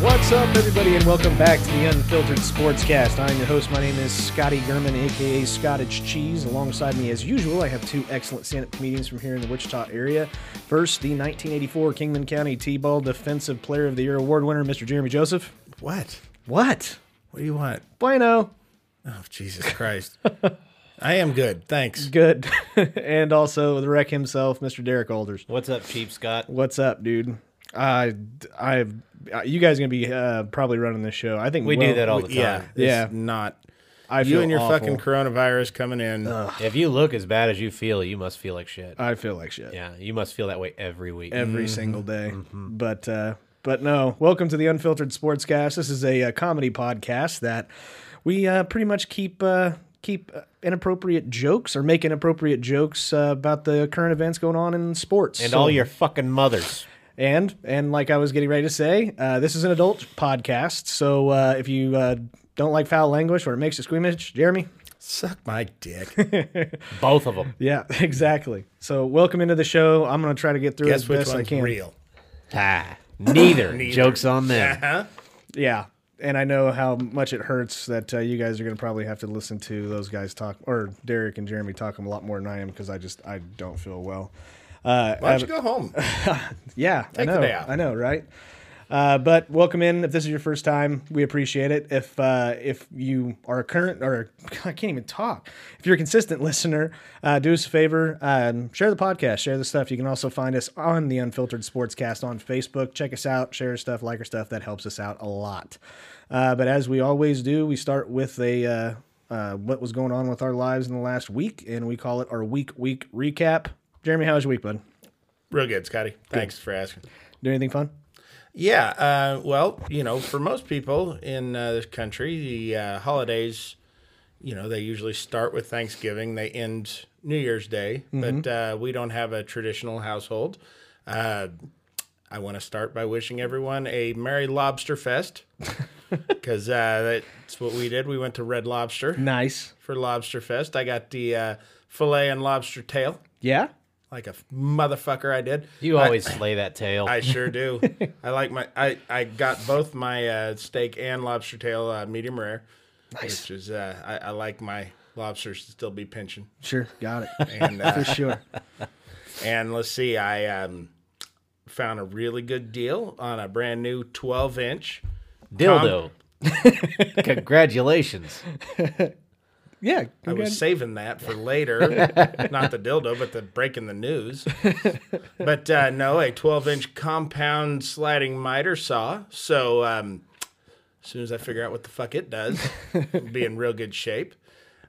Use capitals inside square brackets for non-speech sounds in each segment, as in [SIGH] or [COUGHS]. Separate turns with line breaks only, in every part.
What's up, everybody, and welcome back to the Unfiltered Sportscast. I'm your host. My name is Scotty Gurman, aka Scottage Cheese. Alongside me, as usual, I have two excellent stand-up comedians from here in the Wichita area. First, the 1984 Kingman County T-Ball Defensive Player of the Year award winner, Mr. Jeremy Joseph.
What?
What?
What do you want?
Bueno.
Oh, Jesus [LAUGHS] Christ. I am good. Thanks.
Good. [LAUGHS] and also the wreck himself, Mr. Derek Alders.
What's up, Cheap Scott?
What's up, dude? I, I, you guys are gonna be uh, probably running this show. I think
We
well-
do that all the time.
Yeah. it's
Yeah.
Not.
I
you
feel
and your
awful.
fucking coronavirus coming in.
If you look as bad as you feel, you must feel like shit.
I feel like shit.
yeah, you must feel that way every week.
Uh, every single day.
Mm-hmm.
But uh, but no, welcome to the Unfiltered Sportscast. This is a, uh comedy podcast that we uh, pretty much keep uh, keep uh, inappropriate jokes or make inappropriate jokes uh, about the current events going on in sports
and
So-
all your fucking mothers.
and and like I was getting ready to say, uh, this is an adult podcast. So uh, if you uh, don't like foul language or it makes you squeamish, Jeremy.
Suck my [LAUGHS] dick.
Both of them.
Yeah, [LAUGHS] exactly. So welcome into the show. I'm gonna try to get through
Guess
as
which
best I
one's
can.
real?
Ah, neither. Jokes on them.
Yeah, and I know how much it hurts that uh, you guys are going to probably have to listen to those guys talk, or Derek and Jeremy talk 'em a lot more than I am because I just I don't feel well. Uh,
Why don't
I-
you go [LAUGHS] home?
yeah, I
Take the
know,
day off.
I know, right? Uh, but welcome in. If this is your first time, we appreciate it. If uh, if you are a current or [LAUGHS] I can't even talk. If you're a consistent listener, uh, do us a favor, um, share the podcast, share the stuff. You can also find us on the Unfiltered Sportscast on Facebook. Check us out, share our stuff, like our stuff. That helps us out a lot. Uh, but as we always do, we start with a. Uh, uh, what was going on with our lives in the last week, and we call it our week week recap. Jeremy, how was your week, bud?
Real good, Scotty. Thanks for asking.
Do anything fun?
Yeah. Uh, well, you know, for most people in uh, this country, the uh, holidays, you know, they usually start with Thanksgiving, they end New Year's Day, but uh, we don't have a traditional household. Uh, I want to start by wishing everyone a Merry Lobster Fest because uh, that's what we did. We went to Red Lobster
Nice.
for Lobster Fest. I got the uh, filet and lobster tail
Yeah.
like a motherfucker, I did.
You always slay that tail.
I sure do. I like my. I I got both my uh, steak and lobster tail uh, medium rare. Nice. Which is uh, I, I like my lobsters to still be pinching.
Sure. Got it. [LAUGHS]
And uh,
sure.
and let's see, I um, found a really good deal on a brand new 12 inch.
Dildo. [LAUGHS] Congratulations.
Yeah.
I was saving that for later, not the dildo, but the breaking the news. but uh, no, a 12 inch compound sliding miter saw. So um, as soon as I figure out what the fuck it does, I'll be in real good shape.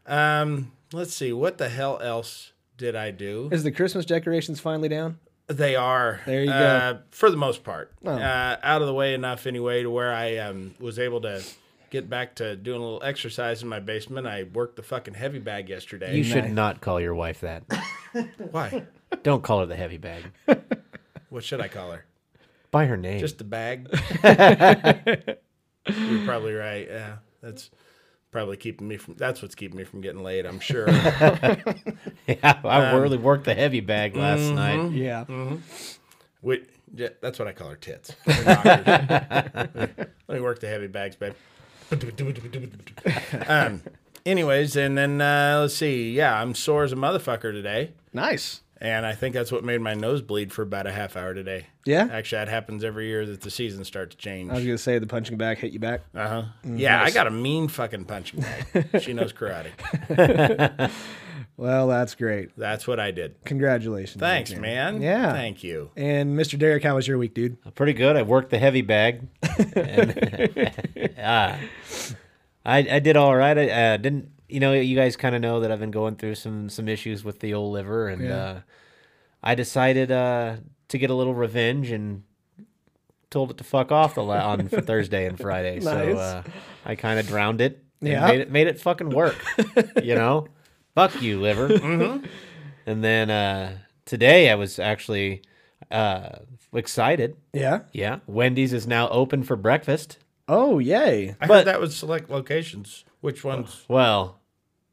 Um, let's see, what the hell else did I do?
Is the Christmas decorations finally down?
They are.
There you
uh, go. For the most part, uh, out of the way enough anyway to where I um, was able to. Get back to doing a little exercise in my basement. I worked the fucking heavy bag yesterday.
You should not call your wife that.
Why?
Don't call her the heavy bag.
What should I call her?
By her name. [LAUGHS]
Just the bag. You're probably right. Yeah, that's probably keeping me from. That's what's keeping me from getting laid. I'm sure.
yeah, I really worked the heavy bag last night.
Yeah.
Wait, yeah, that's what I call her tits. They're knockers. Let me work the heavy bags, babe. [LAUGHS] um, anyways, and then uh, let's see. Yeah, I'm sore as a motherfucker today.
Nice.
And I think that's what made my nose bleed for about a half hour today.
Yeah?
Actually, that happens every year that the season starts to change.
I was gonna say the punching bag hit you back.
Uh-huh.
Mm-hmm.
Yeah, I got a mean fucking punching bag. she knows
[LAUGHS]
karate.
Well, that's great.
That's what I did.
Congratulations.
Thanks,
Nick.
man.
Yeah.
Thank you.
And Mr. Derek, how was your week, dude?
Pretty good. I worked the heavy bag.
[LAUGHS]
And, uh, I I did all right. I uh, didn't. You know, you guys kind of know that I've been going through some some issues with the old liver, and uh, I decided uh, to get a little revenge and told it to fuck off the la- on for Thursday and Friday.
[LAUGHS]
So
Nice.
uh, I kind of drowned it. and
Yeah.
made it made it fucking work. you know,
[LAUGHS]
fuck you, liver.
Mm-hmm.
And then uh, today I was actually uh, excited.
Yeah.
Yeah, Wendy's is now open for breakfast.
Oh, yay.
I
But-
heard that was select locations. Which ones?
Well,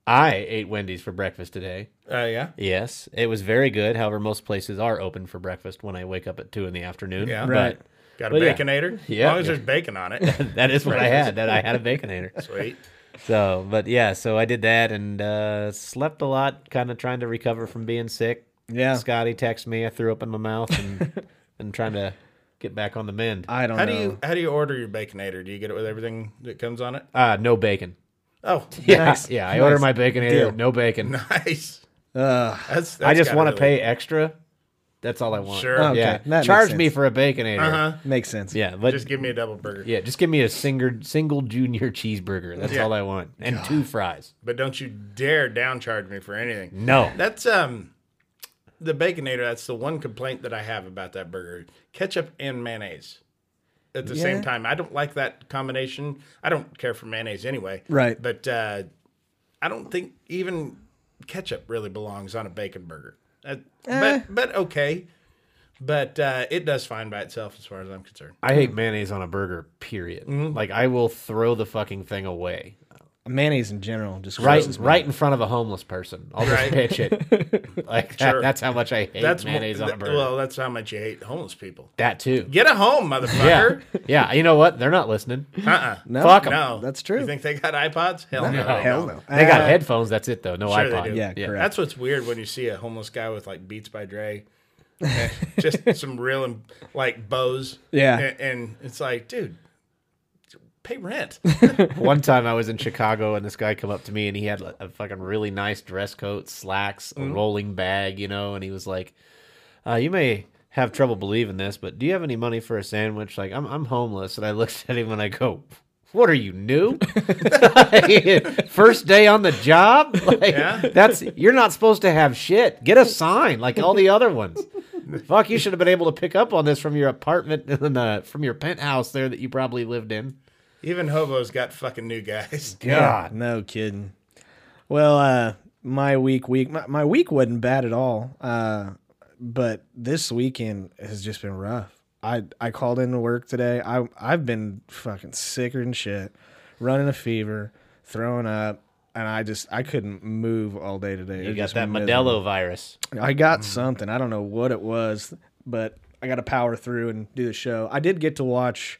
I ate Wendy's for breakfast today.
Uh, yeah.
Yes, it was very good. However, most places are open for breakfast when I wake up at two in the afternoon.
Yeah.
but
Right.
Got a
But yeah.
baconator?
[LAUGHS] Yeah.
As long as there's bacon on it.
[LAUGHS] That is what I had. That I had a [LAUGHS] baconator.
Sweet.
so, but yeah, so I did that and uh, slept a lot, kind of trying to recover from being sick.
Yeah.
Scotty texted me. I threw up in my mouth and [LAUGHS] and trying to get back on the mend.
I don't
How
know.
do you how do you order your baconator? Do you get it with everything that comes on it?
Uh, no bacon.
Oh,
[LAUGHS] Yeah,
Nice.
yeah. I
Nice.
order my baconator.
Deal.
No bacon.
[LAUGHS] nice.
Ugh.
That's, that's
Uh, I just
gotta
want to
really-
pay extra. That's all I want.
Sure.
Okay,
yeah.
that makes
Charge me
sense.
for a baconator.
Uh-huh.
Makes sense.
Yeah, but
Just give me a double burger.
yeah, just give me a single single junior cheeseburger. That's
Yeah.
all I want, and two fries.
But don't you dare downcharge me for anything.
No,
That's um the baconator, that's the one complaint that I have about that burger. Ketchup and mayonnaise. At the
Yeah.
same time, I don't like that combination. I don't care for mayonnaise anyway.
Right.
But uh I don't think even ketchup really belongs on a bacon burger. Uh,
Eh.
But but okay. But uh, it does fine by itself as far as I'm concerned.
I hate mayonnaise on a burger. Period.
Mm-hmm.
Like I will throw the fucking thing away
Mayonnaise in general just
right
grosses me
right in front of a homeless person. I'll just
Right.
[LAUGHS]
pitch it. Like that,
Sure.
that's how much I hate
That's mo-
mayonnaise on a
th-
burger.
Well, that's how much you hate homeless people.
that too.
Get a home,
[LAUGHS] Yeah,
motherfucker.
yeah. You know what? They're
[LAUGHS]
not listening.
Uh uh
No,
Fuck 'em.
No.
That's true.
You think they got iPods? Hell no. they
Hell
don't.
no.
They got
Uh,
headphones. That's it though. No
Sure they
iPod.
do.
Yeah, correct.
That's what's weird when you see a homeless guy with like Beats by Dre. and just some real and like bows.
Yeah.
And, and it's like, dude, pay rent.
One time I was in Chicago and this guy come up to me and he had like, a fucking really nice dress coat, slacks, a rolling bag, you know, and he was like, uh, "You may have trouble believing this, but do you have any money for a sandwich? Like, I'm I'm homeless." And I looked at him and I go, "What are you new? [LAUGHS] First day on the job? [LAUGHS] Like,
Yeah.
that's you're not supposed to have shit. Get a sign like all the other ones." Fuck, you should have been able to pick up on this from your apartment [LAUGHS] and uh, from your penthouse there that you probably lived in.
Even hobos got fucking new guys.
God.
No kidding. Well, uh, my week week my, my week wasn't bad at all. Uh, but this weekend has just been rough. I I called in to work today. I I've been fucking sicker than shit, running a fever, throwing up, and I just I couldn't move all day today. It
You
was
got
just
that
miserable.
Modelo virus.
I
Mm.
got something. I don't know what it was, but I got to power through and do the show. I did get to watch,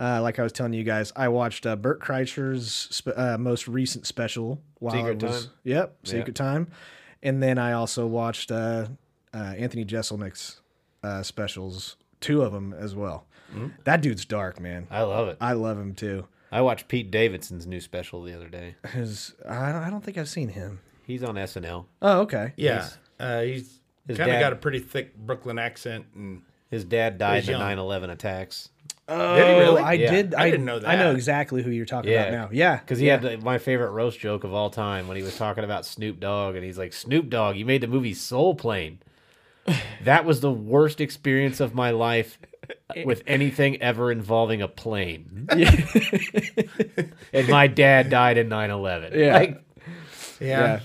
uh, like I was telling you guys, I watched uh, Burt Kreischer's sp- uh, most recent special. While
Secret
it was,
Time?
Yep, Secret Time. And then I also watched uh, uh, Anthony Jeselnik's uh, specials, two of them as well.
Mm.
That dude's dark, man.
I love it.
I love him too.
I watched Pete Davidson's new special the other day.
'Cause I don't, I don't think I've seen him.
He's on SNL.
Oh, okay.
Yeah. Uh, he's
His
kind of
dad-
got a pretty thick Brooklyn accent. And
His dad died
He's
in the
young.
9/11 attacks.
Oh,
Did he really?
I
Yeah.
did. I,
I didn't know
I know
that.
exactly who you're talking
Yeah.
about now. Yeah.
Because he had the, my favorite roast joke of all time when he was talking about Snoop Dogg, and he's like, "Snoop Dogg, you made the movie
[LAUGHS]
Soul Plane. That was the worst experience of my life with anything ever involving a plane." [LAUGHS] and my dad died in 9/11.
Yeah.
Like,
yeah.
Yeah.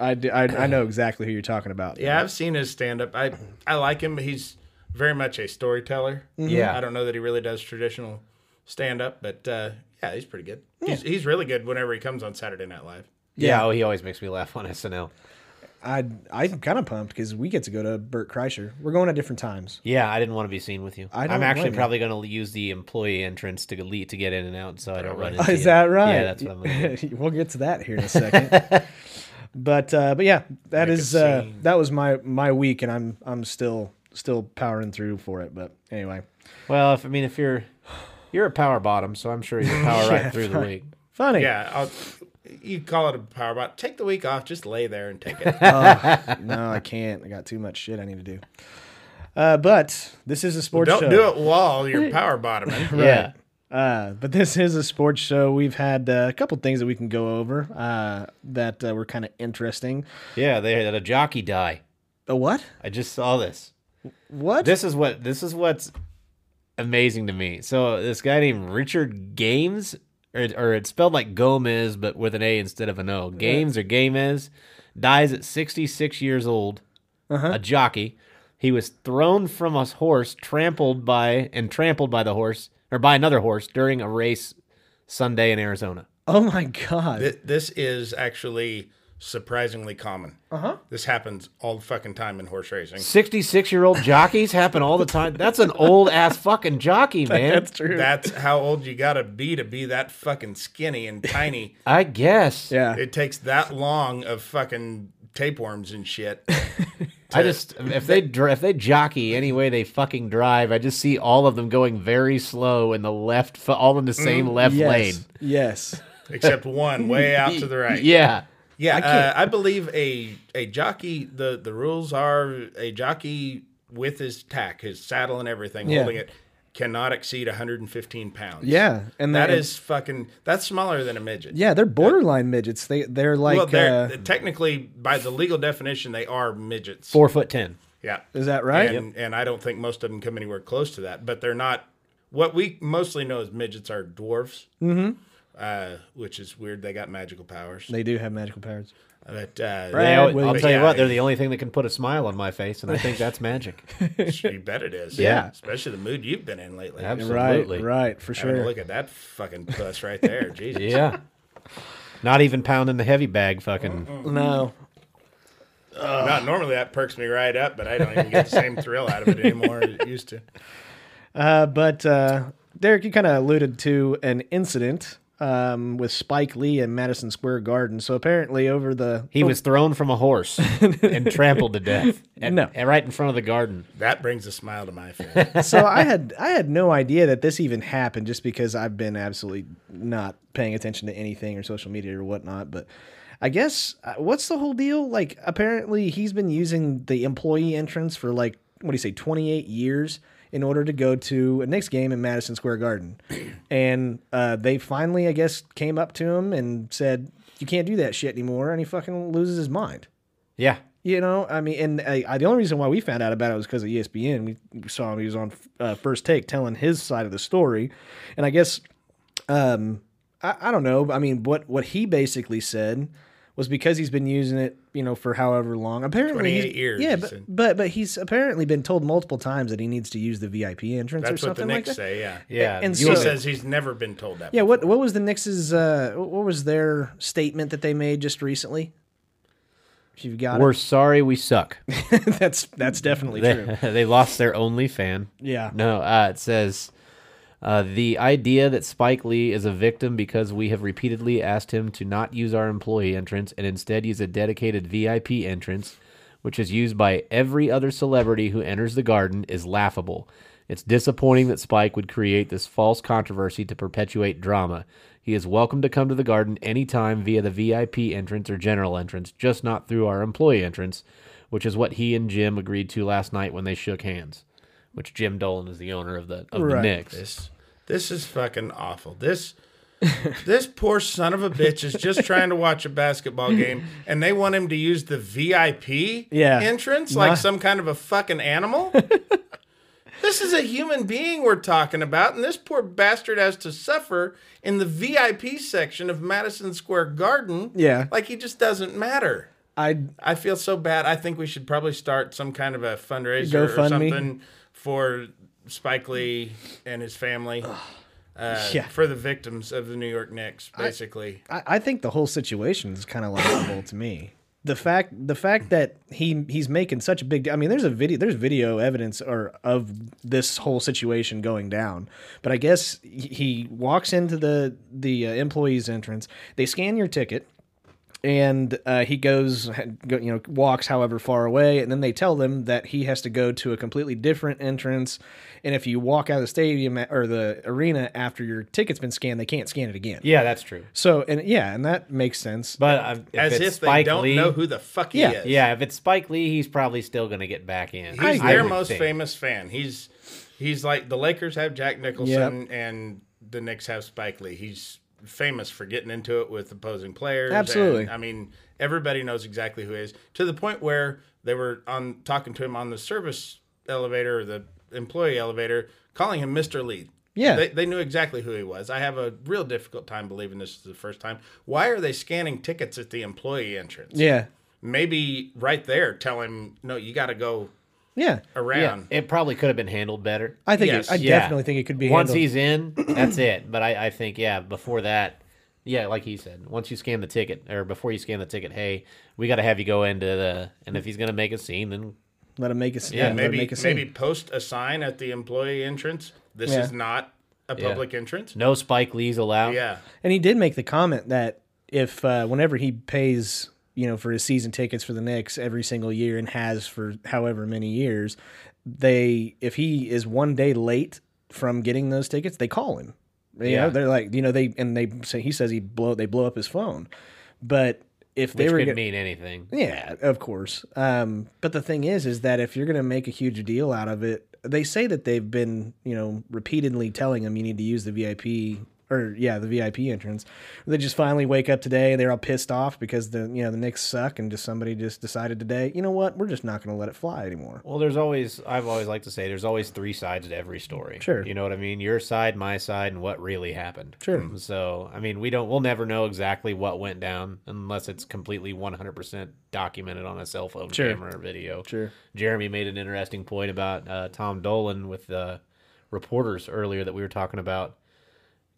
I, do, I, I know exactly who you're talking about.
Yeah, I've seen his stand up. I I like him. He's very much a storyteller.
Yeah.
I don't know that he really does traditional stand up, but uh, yeah, he's pretty good. He's he's really good whenever he comes on Saturday Night Live.
yeah. Oh, he always makes me laugh on SNL.
I, I'm kind of pumped because we get to go to Burt Kreischer. We're going at different times. [LAUGHS]
Yeah, I didn't want to be seen with you.
I
I
don't
am actually
blame you.
probably going to use the employee entrance to lead to
[LAUGHS]
get in and out, so I don't run into.
Is
you.
that right? [LAUGHS]
Yeah, that's what I'm going to do.
[LAUGHS]
we'll get to that here in a second. But uh, but yeah, that is uh, that was my my week, and I'm I'm still still powering through for it. But anyway,
Well, if I mean, if you're you're a power bottom, so I'm sure you
[LAUGHS]
can power right through the week.
funny.
Yeah, I'll, you call it a power bot. Take the week off. Just lay there and take it. [LAUGHS]
No, I can't. I got too much shit I need to do. Uh, but this is a sports
Don't
show.
do it while you're power bottoming.
Yeah.
Uh, but this is a sports show. We've had uh, a couple things that we can go over uh, that uh, were kind of interesting.
Yeah, they had a jockey die.
A what?
I just saw this.
What?
This is what this is what's amazing to me. So this guy named Richard Games, or, or it's spelled like Gomez, but with an A instead of an O. Games or Games dies at 66 years old.
Uh-huh.
A jockey. He was thrown from a horse, trampled by and trampled by the horse or by another horse during a race Sunday in Arizona.
oh my god!
Th- This is actually surprisingly common. Uh huh. This happens all the fucking time in horse racing.
66 year old jockeys happen all the time. That's an old ass fucking jockey,
[LAUGHS]
man.
That's true.
That's how old you gotta be to be that fucking skinny and tiny.
I guess.
yeah.
It takes that long of fucking tapeworms and shit.
I just if they dr- if they jockey any way they fucking drive, I just see all of them going very slow in the left, fo- all
Mm-hmm.
in the same left
yes.
lane.
Yes.
Except one way out to the right.
Yeah,
Yeah, I, uh, I believe a a jockey. The the rules are a jockey with his tack, his saddle, and everything
Yeah.
holding it cannot exceed 115 pounds.
Yeah. And
that
they-
is fucking. That's smaller than a midget.
Yeah, they're borderline midgets. They they're like
well, they're
uh,
technically by the legal definition they are midgets.
four foot ten.
Yeah,
is that right?
and and I don't think most of them come anywhere close to that. But they're not. What we mostly know as midgets are dwarves. Mm-hmm. Uh, which is weird. They got magical powers.
They do have magical powers.
But uh,
They,
Brad
al- I'll
Williams.
tell you
Yeah,
what, they're
I-
the only thing that can put a smile on my face, and I think that's magic.
You bet it is.
Yeah.
Especially the mood you've been in lately.
[LAUGHS]
Absolutely.
Right, right, for
Having a
sure.
look at that fucking puss right
[LAUGHS]
there. Jesus.
Yeah. Not even pounding the heavy bag, fucking.
No.
Not normally that perks me right up, but I don't even get the same thrill out of it anymore as it used to.
Uh, but uh, Derek, you kind of alluded to an incident um, with Spike Lee in Madison Square Garden. So apparently, over the
He was thrown from a horse and trampled to death.
[LAUGHS]
At,
No.
at- right in front of the garden.
That brings a smile
[LAUGHS]
to my face.
so I had I had no idea that this even happened just because I've been absolutely not paying attention to anything or social media or whatnot. But I guess uh, what's the whole deal? Like apparently he's been using the employee entrance for like what do you say twenty eight years in order to go to a Knicks game in Madison Square Garden, and uh, they finally I guess came up to him and said you can't do that shit anymore, and he fucking loses his mind.
Yeah.
You know, I mean, and I, I, the only reason why we found out about it was because of E ESPN. We, we saw him; he was on uh, First Take telling his side of the story, and I guess, um, I, I don't know. I mean, what what he basically said was because he's been using it, you know, for however long. Apparently, he's-
28 years,
Yeah,
he
but,
said.
but but he's apparently been told multiple times that he needs to use the VIP entrance or
That's what the
something like
Knicks
that.
say, yeah.
Yeah.
And
you
He
so-
says he's never been told that.
Yeah, what what was the Knicks' uh, what was their statement that they made just recently? If you've got
we're sorry we suck.
it, [LAUGHS] that's that's
[LAUGHS]
definitely true.
They, they lost their only fan.
Yeah.
No, uh, it says uh, the idea that Spike Lee is a victim because we have repeatedly asked him to not use our employee entrance and instead use a dedicated VIP entrance, which is used by every other celebrity who enters the garden, is laughable. It's disappointing that Spike would create this false controversy to perpetuate drama. He is welcome to come to the garden anytime via the VIP entrance or general entrance, just not through our employee entrance, which is what he and Jim agreed to last night when they shook hands which Jim Dolan is the owner of the of the
Right.
Knicks.
This, this is fucking awful. This [LAUGHS] this poor son of a bitch is just trying to watch a basketball game and they want him to use the VIP
Yeah.
entrance like some kind of a fucking animal. [LAUGHS] this is a human being we're talking about, and this poor bastard has to suffer in the VIP section of Madison Square Garden.
Yeah.
Like he just doesn't matter.
I
I feel so bad. I think we should probably start some kind of a fundraiser or
GoFundMe?
something for Spike Lee and his family. Uh,
Yeah.
For the victims of the New York Knicks, basically.
I, I think the whole situation is kind of laughable to me. The fact the fact that he he's making such a big de- I mean there's a video there's video evidence or of this whole situation going down. But I guess he- he walks into the the uh, employees entrance. They scan your ticket and uh, he goes, go- you know, walks however far away, and then they tell them that he has to go to a completely different entrance. And if you walk out of the stadium a- or the arena after your ticket's been scanned, they can't scan it again.
Yeah, that's true.
So and yeah, and that makes sense.
But uh, if
As
it's
if
Spike
they don't
Lee,
know who the fuck he
Yeah.
is.
yeah, if it's Spike Lee, he's probably still gonna get back in.
He's
I
their
would
most
think.
famous fan. He's he's like the Lakers have Jack Nicholson and the Knicks have Spike Lee. He's famous for getting into it with opposing players. and,
Absolutely.
I mean, everybody knows exactly who he is to the point where they were on talking to him on the service elevator or the employee elevator, calling him Mr. Lee.
Yeah.
They, they knew exactly who he was. I have a real difficult time believing this is the first time. Why are they scanning tickets at the employee entrance?
yeah,
Maybe right there, tell him, no, you got to go
yeah,
Yeah,
around.
it probably could have been handled better.
I think
Yes.
it, I
Yeah.
definitely think it could be
once
handled.
he's in, that's it. [CLEARS THROAT] But I, I think yeah, before that, yeah, like he said, once you scan the ticket or before you scan the ticket, hey, we got to have you go into the and if he's gonna make a scene, then
let him make a yeah,
Yeah,
let him
maybe
make a scene.
maybe post a sign at the employee entrance. This
Yeah.
is not a public entrance.
no Spike Lee's allowed.
Yeah,
And he did make the comment that if uh, whenever he pays, you know, for his season tickets for the Knicks every single year and has for however many years, they if he is one day late from getting those tickets, they call him. You
Yeah.
know, they're like, you know, they and they say he says he blow they blow up his phone, but if they
which
were
could
get-
mean anything.
yeah, of course. Um, but the thing is, is that if you're going to make a huge deal out of it, they say that they've been, you know, repeatedly telling them you need to use the VIP or yeah, the VIP entrance. They just finally wake up today. They're all pissed off because the you know the Knicks suck, and just somebody just decided today, you know what, we're just not going to let it fly anymore.
Well, there's always I've always liked to say there's always three sides to every story.
Sure.
you know what I mean. Your side, my side, and what really happened.
Sure.
So I mean, we don't we'll never know exactly what went down unless it's completely 100 percent documented on a cell phone
Sure.
camera or video.
Sure.
Jeremy made an interesting point about uh, Tom Dolan with the reporters earlier that we were talking about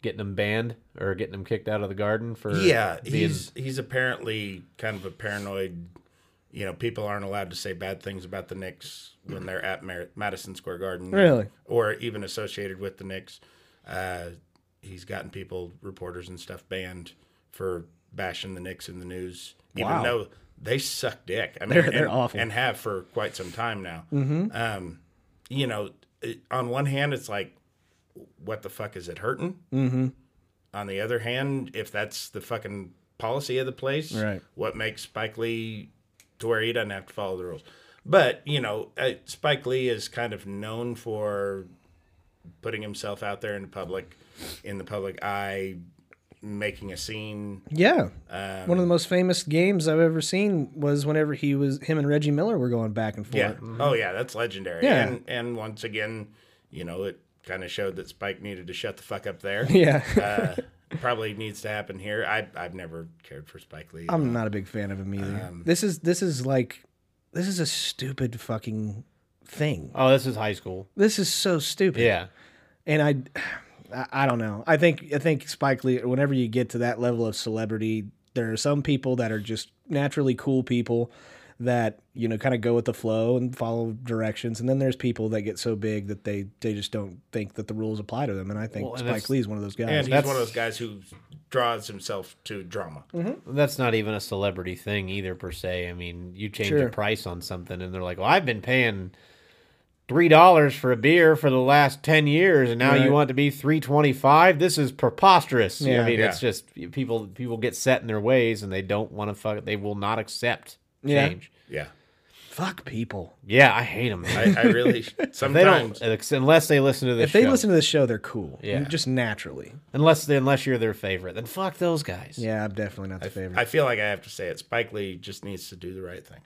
getting them banned or getting them kicked out of the garden for
yeah.
being-
He's he's apparently kind of a paranoid. You know, people aren't allowed to say bad things about the Knicks when they're at Mar- Madison Square Garden,
Really?
or even associated with the Knicks. Uh, he's gotten people, reporters and stuff, banned for bashing the Knicks in the news, even
Wow.
though they suck dick. I
[LAUGHS]
mean,
They're- they're
and-
awful.
and have for quite some time now. Mm-hmm. Um, you know, it, on one hand, it's like, what the fuck is it hurting? Mm-hmm. On the other hand, if that's the fucking policy of the place,
Right.
what makes Spike Lee to where he doesn't have to follow the rules? But, you know, uh, Spike Lee is kind of known for putting himself out there in the public, in the public eye, making a scene. um,
Yeah, one of the most famous games I've ever seen was whenever he was him and Reggie Miller were going back and forth. [LAUGHS]
Yeah. Oh yeah, that's legendary.
Yeah.
And and once again, you know, it kind of showed that Spike needed to shut the fuck up there.
Yeah. [LAUGHS]
uh, probably needs to happen here. I I've never cared for Spike Lee.
I'm not a big fan of him either.
Um,
this is this is like this is a stupid fucking thing.
oh this is high school
This is so stupid.
yeah
And I, I I don't know. I think I think Spike Lee. Whenever you get to that level of celebrity, there are some people that are just naturally cool people that you know kind of go with the flow and follow directions and then there's people that get so big that they they just don't think that the rules apply to them and i think
Well, and
spike
that's-
lee's one of those guys
and he's
that's-
one of those guys who draws himself to drama.
that's not even a celebrity thing either per se i mean you change
Sure.
the price on something and they're like well i've been paying three dollars for a beer for the last 10 years and now
Right.
you want to be 325 this is preposterous yeah,
Yeah.
i mean
Yeah.
it's just people people get set in their ways and they don't want to fuck they will not accept
Yeah.
change
Yeah.
fuck people
yeah, i hate them
[LAUGHS] I, I
[LAUGHS]
really
they don't
sometimes
ex- unless they listen to this
if they
show.
listen to this show they're cool
Yeah.
just naturally
unless they, unless you're their favorite then fuck those guys
yeah i'm definitely not the favorite
I feel like I have to say it. Spike Lee just needs to do the right thing.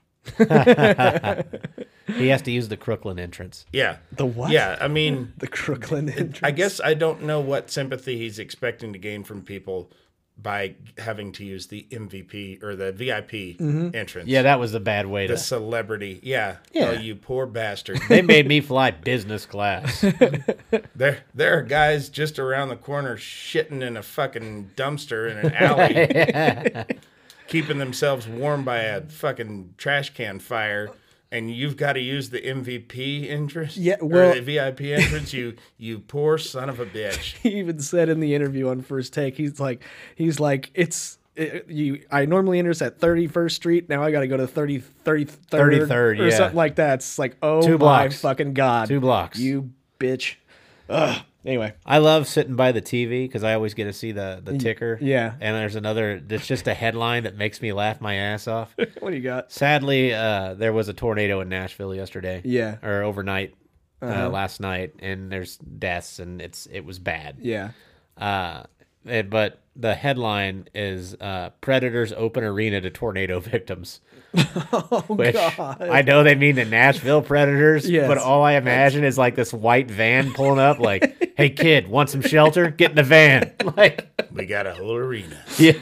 he has to use the crooklyn entrance
Yeah.
The what?
Yeah. I mean
The Crooklyn entrance. [LAUGHS]
I guess I don't know what sympathy he's expecting to gain from people by having to use the MVP or the VIP entrance.
yeah that was a bad way
the
to
celebrity. Yeah.
Mm-hmm. Yeah.
Oh, you
[LAUGHS]
poor bastard.
they made me fly business class
there, there are guys just around the corner shitting in a fucking dumpster in an
[LAUGHS]
alley, keeping themselves warm by a fucking trash can fire. And you've got to use the MVP entrance,
Yeah,
or
well-
the VIP entrance. You, you poor son of a bitch.
he even said in the interview on First Take, he's like, he's like, it's it- you I normally enter at 31st Street. Now I got to go to 30 33rd,
33rd,
or
yeah.
something like that. It's like, oh
Two
my
blocks.
fucking god.
Two blocks.
You bitch. Ugh. Anyway,
I love sitting by the TV because I always get to see the, the ticker.
yeah.
And there's another, it's just a headline that makes me laugh my ass off.
what do you got?
Sadly, uh, there was a tornado in Nashville yesterday.
Yeah. Uh-huh.
Or overnight, uh, last night. And there's deaths and it's it was bad.
Yeah.
Uh, eh, but the headline is uh, Predators Open Arena to Tornado [LAUGHS] Victims.
Oh,
Which I know they mean the Nashville Predators,
Yes.
but all I imagine is like this white van pulling up, like, hey, kid, want some shelter? Get in the van. [LAUGHS] Like,
We got a whole arena.
yeah,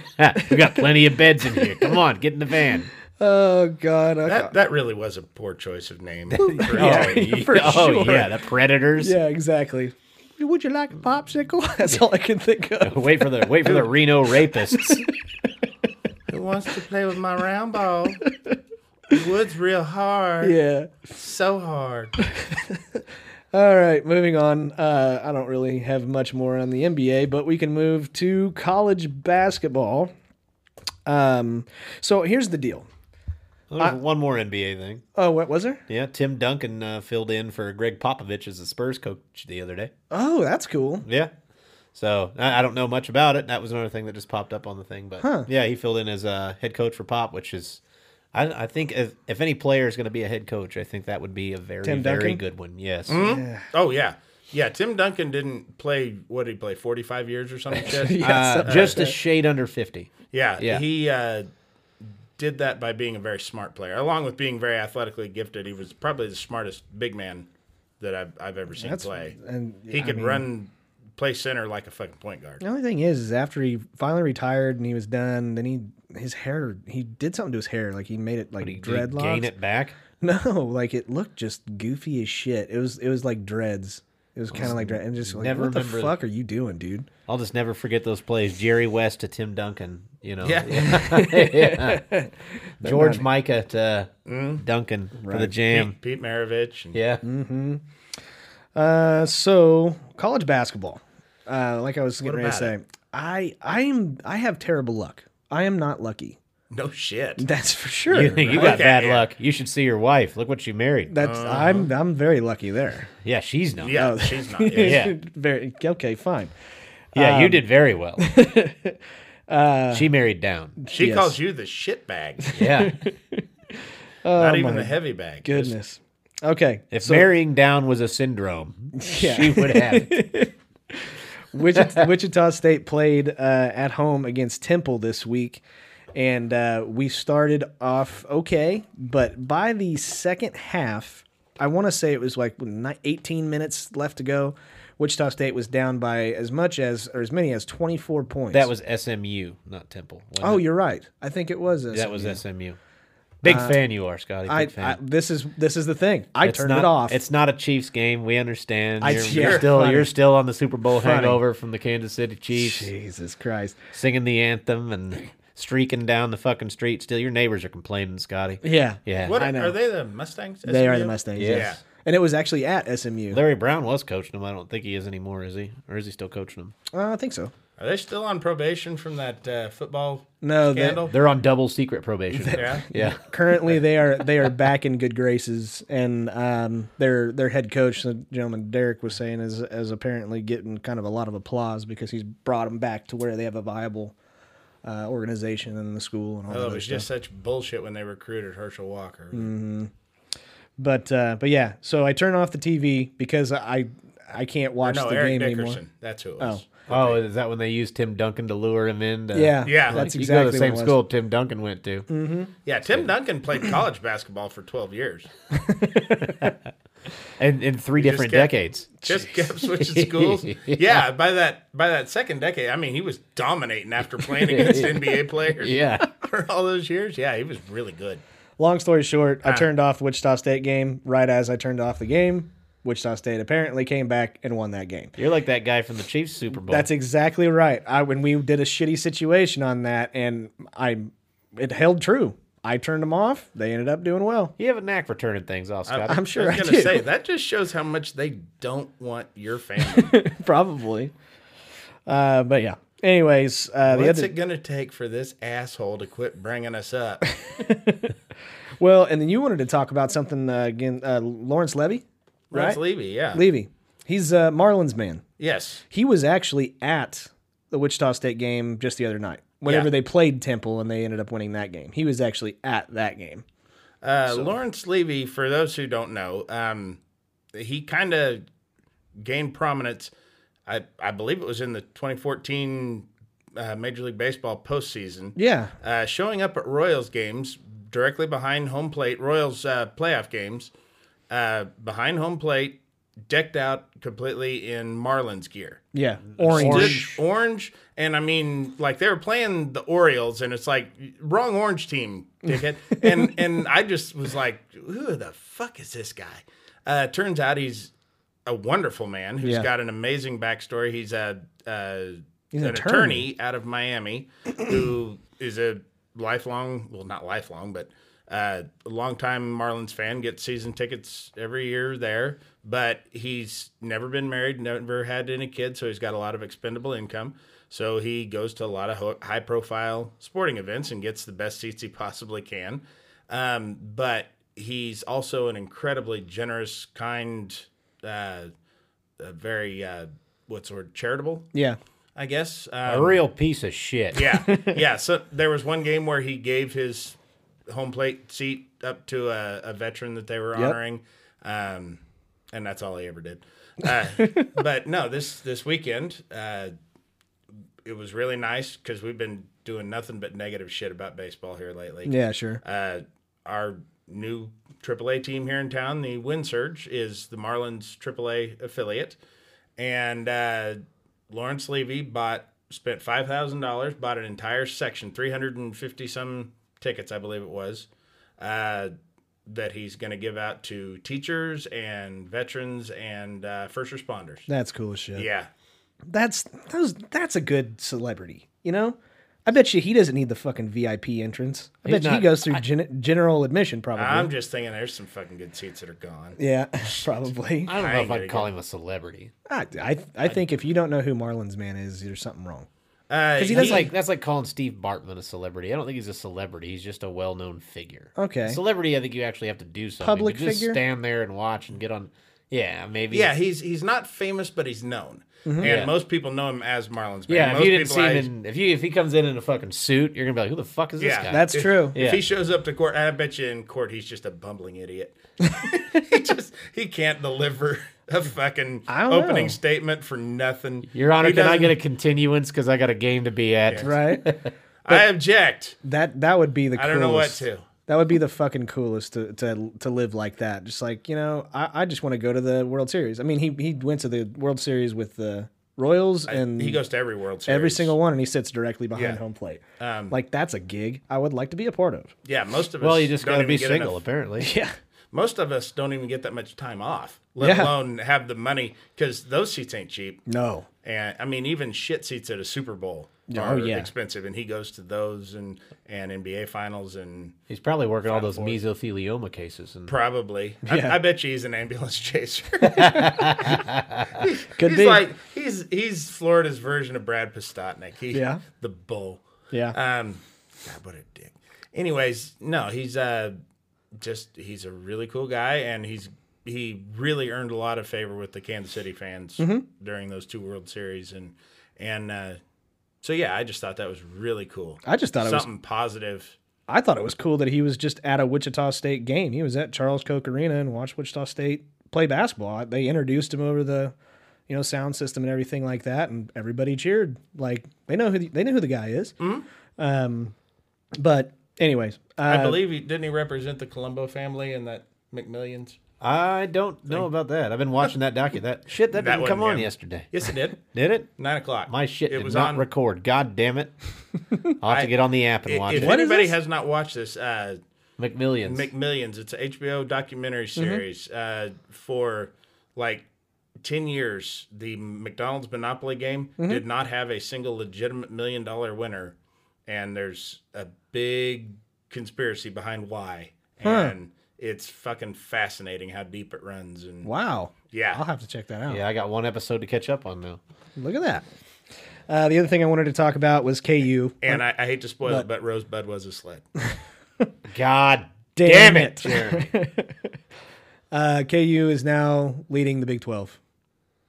we got plenty of beds in here. Come on, get in the van.
Oh god. I-
That that really was a poor choice
[LAUGHS]
of name.
Oh,
yeah.
ye-
for
oh
sure.
yeah, the Predators.
yeah, exactly. Would you like a popsicle? [LAUGHS] That's all I can think
[LAUGHS]
of.
Wait for the wait for the Reno rapists.
[LAUGHS]
Who wants to play with my
[LAUGHS]
round ball? The wood's real hard.
Yeah.
So hard.
All right, moving on. Uh, I don't really have much more on the NBA, but we can move to college basketball. Um, so here's the deal.
Oh, There's one more NBA thing.
Oh, what was there?
Yeah, Tim Duncan uh, filled in for Greg Popovich as the Spurs coach the other day.
Oh, that's cool.
Yeah. So I I don't know much about it. That was another thing that just popped up on the thing, but yeah, he filled in as a head coach for Pop, which is, I, I think if, if any player is going to be a head coach, I think that would be a very
Tim
very
Duncan?
good one. Yes,
Oh yeah. Yeah, Tim Duncan didn't play what did he play, forty five years
[LAUGHS]
or something shit?
Yeah,
Uh,
something
just a
like
shade under fifty.
Yeah,
Yeah.
he uh, did that by being a very smart player, along with being very athletically gifted. He was probably the smartest big man that I've, I've ever seen
That's-
play.
and,
he
I
could
mean-
run, play center like a fucking point guard.
The only thing is, is after he finally retired and he was done, then he his hair he did something to his hair, like he made it like
Did he
dreadlocks.
gain it back?
[LAUGHS] No, like it looked just goofy as shit. It was it was like dreads. It was kind of like dread, and just like
Never
what the
remember-
fuck are you doing, dude?
I'll just never forget those plays, Jerry West to Tim Duncan. You know,
Yeah.
Yeah. [LAUGHS] George Micah to Duncan for the jam.
Pete, Pete Maravich. And,
Yeah,
Hmm. Uh, so college basketball. Uh, like I was getting ready to
about
say, I I am I have terrible luck. I am not lucky. [LAUGHS]
No shit.
That's for sure.
[LAUGHS] you, you got
at
bad
you.
luck. You should see your wife. Look what she married.
That's I'm I'm very lucky there.
Yeah, she's
[LAUGHS]
not.
Yeah, she's not. Yeah.
Yeah.
[LAUGHS] very okay, fine.
Yeah,
Um,
you did
[LAUGHS]
very well.
uh,
she married down.
She calls you the
[LAUGHS]
shit bag,
Yeah.
Oh
not even the heavy bag. Just-
Goodness. Okay.
If marrying down was a
[LAUGHS]
syndrome, she would have. it. [LAUGHS]
Wichita, Wichita State played uh, at home against Temple this week, and uh, we started off okay, but by the second half, I want to say it was like ni- 18 minutes left to go. Wichita State was down by as much as or as many as 24 points.
That was SMU, not Temple. wasn't
Oh,
it?
you're right. I think it was.
that was SMU. Big fan you are, Scotty. Big
Uh, I,
fan.
I, this is this is the thing. I
it's
turned
not,
it off.
It's not a Chiefs game. We understand.
I-
You're,
yeah,
you're still
funny.
you're still on the Super Bowl
Funny.
hangover from the Kansas City
[LAUGHS]
Chiefs,
Jesus Christ.
singing the anthem and streaking down the fucking street. Still, your neighbors are complaining, Scotty.
Yeah.
Yeah.
What
I know.
are they? The Mustangs.
They are the
SMU?
Mustangs.
Yes.
yes. And it was actually at SMU.
Larry Brown was coaching them. I don't think he is anymore, is he? Or is he still coaching them?
Uh, I think so.
Are they still on probation from that uh, football
No, they-
scandal?
They're on double secret probation.
[LAUGHS] yeah.
yeah.
currently they are they are back in good graces and um, their their head coach the gentleman Derek was saying is is apparently getting kind of a lot of applause because he's brought them back to where they have a viable uh, organization in the school and all
Oh,
that
it
other
was
stuff. Mm.
just such bullshit when they recruited Herschel Walker.
But uh, but yeah, so I turn off the TV because I I can't watch
No,
the
Eric
game
Dickerson.
anymore.
That's who it was.
Oh, is that when they used Tim Duncan to lure him in? To,
Yeah,
Yeah.
that's
you
exactly
go to the same
what it was. Mm.
school Tim Duncan went to.
Yeah, Tim Duncan played
[CLEARS THROAT]
college basketball for
[LAUGHS]
12 years.
And in three different
kept-
decades.
Just kept switching
[LAUGHS]
schools. Yeah, by that by that second decade, I mean he was dominating after playing
[LAUGHS]
against NBA players.
Yeah.
[LAUGHS] For all those years. Yeah, he was really good.
Long story short,
Ah.
I turned off the Wichita State game right as I turned off the game. Wichita State apparently came back and won that game.
You're like that guy from the Chiefs Super Bowl.
That's exactly right. I when we did a shitty situation on that, and I it held true. I turned them off. They ended up doing well. [LAUGHS]
you have a knack for turning things off, Scott.
I'm
I
sure I,
was gonna
do.
say that just shows
[LAUGHS]
how much they don't want your family.
Probably. Uh, but yeah. Anyways, uh, the
What's
other
it gonna take for this asshole to quit bringing us up?
well, and then you wanted to talk about something uh, again. Uh, Lawrence Levy, [LAUGHS] right?
That's Levy, yeah.
Levy. He's uh, Marlins man.
Yes.
He was actually at the Wichita State game just the other night. Whenever
Yeah.
they played Temple and they ended up winning that game, he was actually at that game.
Uh, Lawrence Levy, for those who don't know, um, he kind of gained prominence. I, I believe it was in the 2014 uh, Major League Baseball postseason.
Yeah,
Uh, showing up at Royals games directly behind home plate, Royals uh, playoff games, uh, behind home plate, decked out completely in Marlins gear.
yeah. Orange.
Orange. orange, and I mean, like they were playing the Orioles, and it's like wrong orange team, dickhead. and and I just was like, who the fuck is this guy? Uh, turns out he's a wonderful man who's
Yeah.
got an amazing backstory. He's a uh,
an
an,
attorney.
attorney. out of Miami who is a lifelong, well, not lifelong, but uh, a longtime Marlins fan. Gets season tickets every year there, but he's never been married, never had any kids, so he's got a lot of expendable income. So he goes to a lot of ho- high-profile sporting events and gets the best seats he possibly can. Um, but he's also an incredibly generous, kind, uh, a very uh, what's the word charitable
Yeah.
I guess.
A
Um,
real piece of shit. [LAUGHS]
yeah, yeah. So there was one game where he gave his home plate seat up to a, a veteran that they were honoring, um, and that's all he ever did.
[LAUGHS]
Uh, but no, this this weekend, uh, it was really nice because we've been doing nothing but negative shit about baseball here lately.
Yeah, sure.
Uh, our new AAA team here in town, the Wind Surge, is the Marlins AAA affiliate, and uh, Lawrence Levy bought spent five thousand dollars, bought an entire section, three hundred and fifty some tickets, I believe it was, uh, that he's going to give out to teachers and veterans and uh, first responders.
That's cool as shit.
Yeah,
That's those. That's a good celebrity. You know, I bet you he doesn't need the fucking VIP entrance. I
He's
bet you he
not-
goes through gen- general admission probably.
I'm just thinking there's some fucking good seats that are gone.
Mm-hmm. yeah, [LAUGHS] probably.
I don't
I
know
ain't
if I'd
gonna
call him a celebrity.
I, I, I think if you don't know who Marlins man is, there's something wrong.
Uh,
See, that's like that's like calling Steve Bartman a celebrity. I don't think he's a celebrity. He's just a well-known figure.
Okay.
Celebrity, I think you actually have to do something.
Public
to just
figure?
Stand there and watch and get on. Yeah, maybe.
Yeah, he's he's not famous, but he's known,
Mm-hmm.
and most people know him as Marlins. Man.
Yeah,
most
if you didn't
people
see
I-
him, in, if you if he comes in in a fucking suit, you're gonna be like, "Who the fuck is this
Yeah.
guy?"
That's
If-
true.
Yeah.
If he shows up to court, I bet you in court he's just a bumbling idiot. [LAUGHS] he just he can't deliver a fucking
I don't
opening
know.
statement for nothing.
Your Honor,
He
can I
doesn't-
get a continuance because I got a game to be
[LAUGHS]
at?
Right?
I object.
that that would be the.
I don't know what
coolest-
to.
That would be the fucking coolest to, to to live like that. Just like you know, I, I just want to go to the World Series. I mean, he he went to the World Series with the Royals and
He goes to every World Series.
Mm. every single one, and he sits directly behind
Yeah. Um,
home plate. like that's a gig I would like to be a part of.
Yeah, most of us.
Well, you just
don't
gotta
even
be
get
single,
enough- [LAUGHS]
apparently.
Yeah,
Most of us don't even get that much time off, let
Yeah.
alone have the money because those seats ain't cheap.
no,
And I mean, even shit seats at a Super Bowl
Oh,
are
yeah.
expensive, and he goes to those and and NBA finals and
He's probably working all those mesothelioma cases. And
probably.
Yeah.
I, I bet you he's an ambulance [LAUGHS] chaser.
could
he's
be.
like he's he's Florida's version of Brad Postotnik. He,
Yeah.
the bull.
yeah,
Um, God, what a dick. Anyways, no, he's uh, just he's a really cool guy, and he's he really earned a lot of favor with the Kansas City fans
Mm-hmm.
during those two World Series, and and uh, so yeah, I just thought that was really cool.
I just thought it was.
something positive.
I thought it was cool that he was just at a Wichita State game. He was at Charles Koch Arena and watched Wichita State play basketball. They introduced him over the, you know, sound system and everything like that, and everybody cheered. Like they know who the, they know who the guy is.
Mm-hmm.
Um, but anyways,
I
uh,
believe he didn't he represent the Colombo family in that McMillions.
I don't know about that. I've been watching that
[LAUGHS]
docu. That shit that,
That
didn't come
wasn't
on
him.
yesterday.
Yes,
[LAUGHS]
it did.
Did it?
Nine o'clock.
My shit
It
did
was
not
on.
record. God
[LAUGHS]
damn it! I'll have to get on the app and watch
if
it.
What is
anybody
this?
has not watched this, uh,
McMillions.
McMillions. It's a HBO documentary series uh, for like 10 years. The McDonald's Monopoly game did not have a single legitimate million dollar winner. And there's a big conspiracy behind why. And it's fucking fascinating how deep it runs. And
wow,
Yeah.
I'll have to check that out.
yeah, I got one episode to catch up on though.
Look at that. Uh, the other thing I wanted to talk about was KU.
And I, I hate to spoil it, but Rosebud was a slut.
God
Damn
damn, it,
it.
Jeremy.
[LAUGHS] Uh, KU is now leading the Big 12.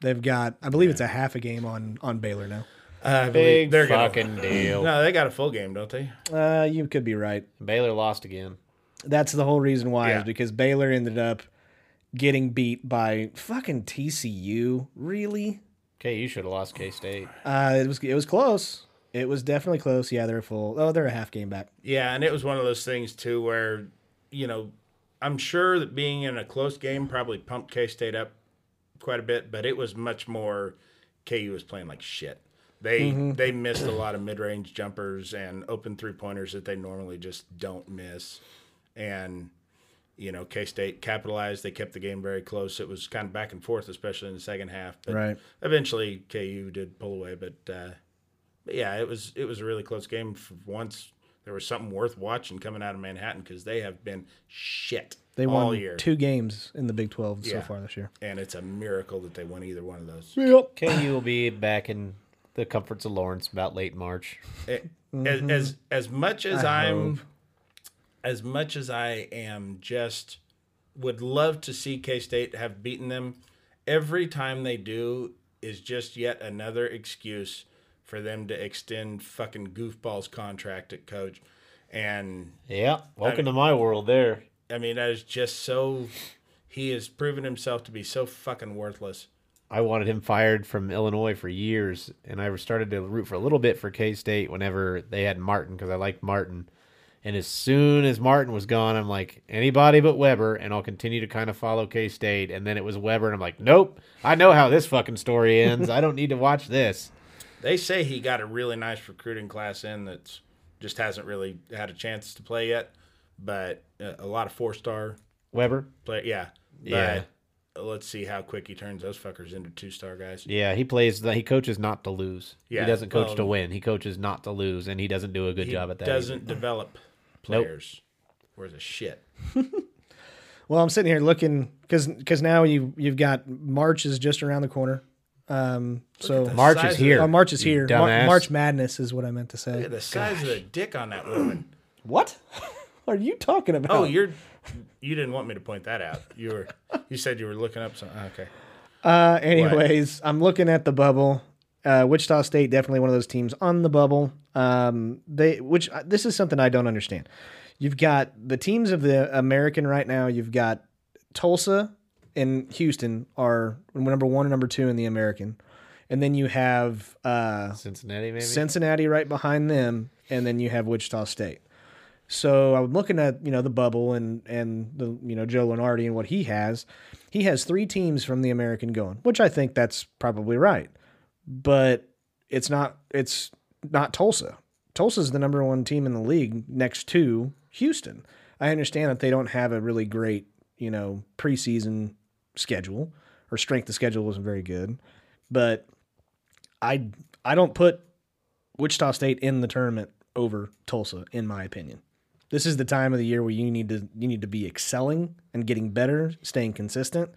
They've got, I believe it's a half a game on on Baylor now.
Uh, I believe
Big
they're gonna-
fucking
[LAUGHS]
deal.
No, they got a full game, don't they?
Uh, you could be right.
Baylor lost again.
That's the whole reason why
Yeah.
is because Baylor ended up getting beat by fucking TCU. Really?
KU should have lost K State.
Uh, it was it was close. It was definitely close. Yeah, they're full. Oh, they're a half game back.
Yeah, and it was one of those things too where, you know, I'm sure that being in a close game probably pumped K State up quite a bit, but it was much more KU was playing like shit. They they missed a lot of mid range jumpers and open three pointers that they normally just don't miss. And you know, K State capitalized. They kept the game very close. It was kind of back and forth, especially in the second half. But
Right.
eventually, KU did pull away. But uh, but yeah, it was it was a really close game. For once there was something worth watching coming out of Manhattan because they have been shit
They
all
won
year,
two games in the Big 12 so
Yeah.
far this year.
and it's a miracle that they won either one of those.
KU will be back in the comforts of Lawrence about late March.
It- as, as as much as I am as much as I am just would love to see K State have beaten them. Every time they do is just yet another excuse for them to extend fucking goofball's contract at coach. And
Yeah, welcome to my world there.
I mean that is just so he has proven himself to be so fucking worthless.
I wanted him fired from Illinois for years, and I started to root for a little bit for K State whenever they had Martin because I liked Martin. And as soon as Martin was gone, I'm like anybody but Weber, and I'll continue to kind of follow K State. And then it was Weber, and I'm like, nope, I know how this fucking story ends. I don't need to watch this.
They say he got a really nice recruiting class in that's just hasn't really had a chance to play yet, but uh, a lot of four star
Weber,
play. Yeah,
Yeah.
But uh, let's see how quick he turns those fuckers into two star guys.
yeah, he plays. He coaches not to lose.
Yeah,
he doesn't coach
well-
to win. He coaches not to lose, and he doesn't do a good
He
job at that. either.
doesn't develop players. Where's the shit?
Well, I'm sitting here looking because now you you've got March is just around the corner. Um, so
the
March
size
is
of the-
here.
Oh, March is
you
here. Mar-
dumbass.
March Madness is what I meant to say.
Look at the size of the dick on that woman.
[CLEARS THROAT]
What [LAUGHS] are you talking about?
Oh, you're you didn't want me to point that out. You were you said you were looking up some. Okay,
Uh, anyways, I'm looking at the bubble. Uh, Wichita State definitely one of those teams on the bubble. Um, they which uh, this is something I don't understand. You've got the teams of the American right now. You've got Tulsa and Houston are number one and number two in the American, and then you have uh,
Cincinnati, maybe.
Cincinnati right behind them, and then you have Wichita State. So I'm looking at you know the bubble and and the you know Joe Lenardi and what he has. He has three teams from the American going, which I think that's probably right. But it's not it's not Tulsa. Tulsa's the number one team in the league next to Houston. I understand that they don't have a really great you know preseason schedule or strength of schedule wasn't very good, but I I don't put Wichita State in the tournament over Tulsa, in my opinion. This is the time of the year where you need to you need to be excelling and getting better, staying consistent,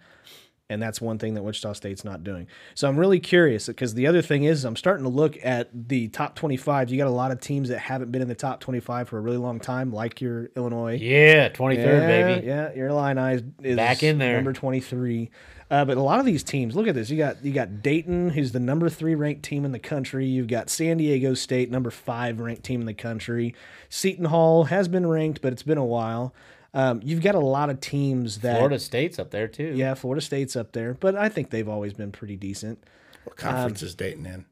and that's one thing that Wichita State's not doing. So I'm really curious because the other thing is I'm starting to look at the top 25. You got a lot of teams that haven't been in the top 25 for a really long time, like your Illinois.
yeah, twenty third, baby.
Yeah, your line eyes is
Back in there.
number twenty three. Uh, but a lot of these teams, look at this. You got you got Dayton, who's the number three ranked team in the country. You've got San Diego State, number five ranked team in the country. Seton Hall has been ranked, but it's been a while. Um, you've got a lot of teams that
Florida State's up there too.
yeah, Florida State's up there, but I think they've always been pretty decent.
what conference is Dayton in?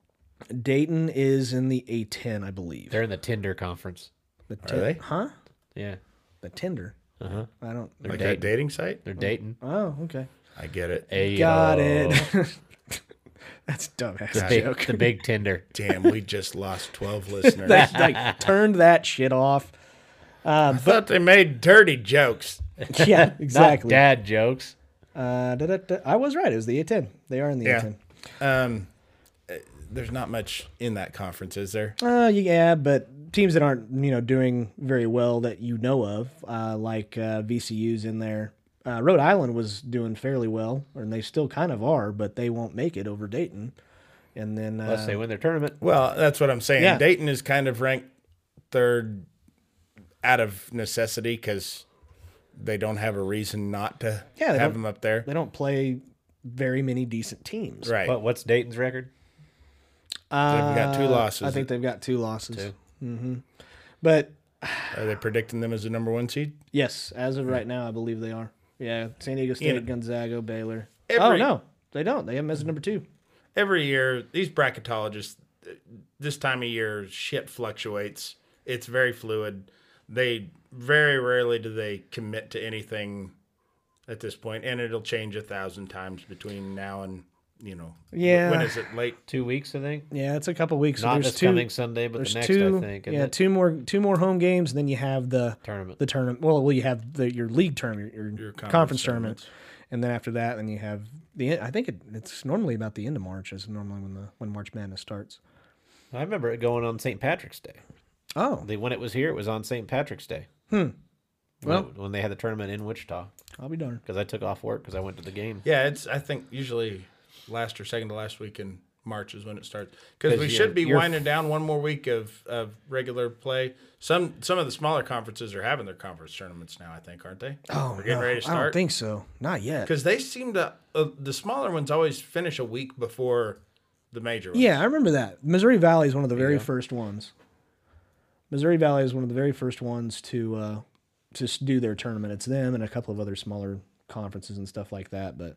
Dayton is in the A10, I believe.
They're in the Tinder conference.
The
Are they?
Huh?
Yeah.
The Tinder.
Uh huh.
I don't.
They're
Like
dating.
that dating site?
They're dating.
Oh, okay.
I get it.
Ayo.
Got it. That's a dumbass
The
joke.
[LAUGHS] big, the big Tinder.
Damn, we just lost
[LAUGHS]
twelve listeners.
that like [LAUGHS] turned that shit off.
I thought they made dirty jokes.
Yeah,
Exactly.
exactly.
dad jokes.
Uh, da, da, da. I was right. It was the A10. They are in the
Yeah.
A10.
Um, uh, there's not much in that conference, is there?
Uh, yeah, but teams that aren't you know doing very well that you know of, uh, like uh, VCU's in there. Uh, Rhode Island was doing fairly well, and they still kind of are, but they won't make it over Dayton. And then uh,
Unless they win their tournament.
Well, that's what I'm saying.
Yeah.
Dayton is kind of ranked third out of necessity because they don't have a reason not to
Yeah, they
have
don't-
them up there.
they don't play very many decent teams.
Right.
What, what's Dayton's record?
They've got two
Uh,
losses.
I think they've got two losses. hmm But
Are they predicting them as the number one seed?
yes, as of right now, I believe they are. Yeah, San Diego State,
know-
Gonzaga, Baylor. oh
Every-
no, they don't. They have them as number two.
Every year, these bracketologists, th- this time of year, shit fluctuates. It's very fluid. They very rarely do they commit to anything at this point, and it'll change a thousand times between now and you know. wh-
Yeah.
When is it late?
Two weeks, I think.
Yeah, it's a couple weeks. So
Not
there's
this
two.
coming Sunday, but the
there's
next,
two.
I think.
yeah,
Yeah,
two more two more home games, and then you have the
Tournament.
The tournament. Well, well, you have the your league tournament, your, your conference,
conference
tournament, and then after that, then you have the. en- I think it, it's normally about the end of March is normally when the when March Madness starts.
I remember it going on St. Patrick's Day.
Oh,
The, when it was here, it was on St. Patrick's Day. Hmm. Well, when, they had the tournament in Wichita,
I'll be darned.
because I took off work because I went to the game.
Yeah, it's I think usually last or second to last week in March is when it starts because we
you're-
should be
you're-
winding down one more week of, of regular play. Some some of the smaller conferences are having their conference tournaments now. I think aren't they?
Oh,
we're getting
no,
ready to
I don't
start
think so. Not yet.
because they seem to uh, the smaller ones always finish a week before the major. Ones.
Yeah, I remember that. Missouri Valley is one of the very first ones. Missouri Valley is one of the very first ones to uh, to s- do their tournament. It's them and a couple of other smaller conferences and stuff like that. But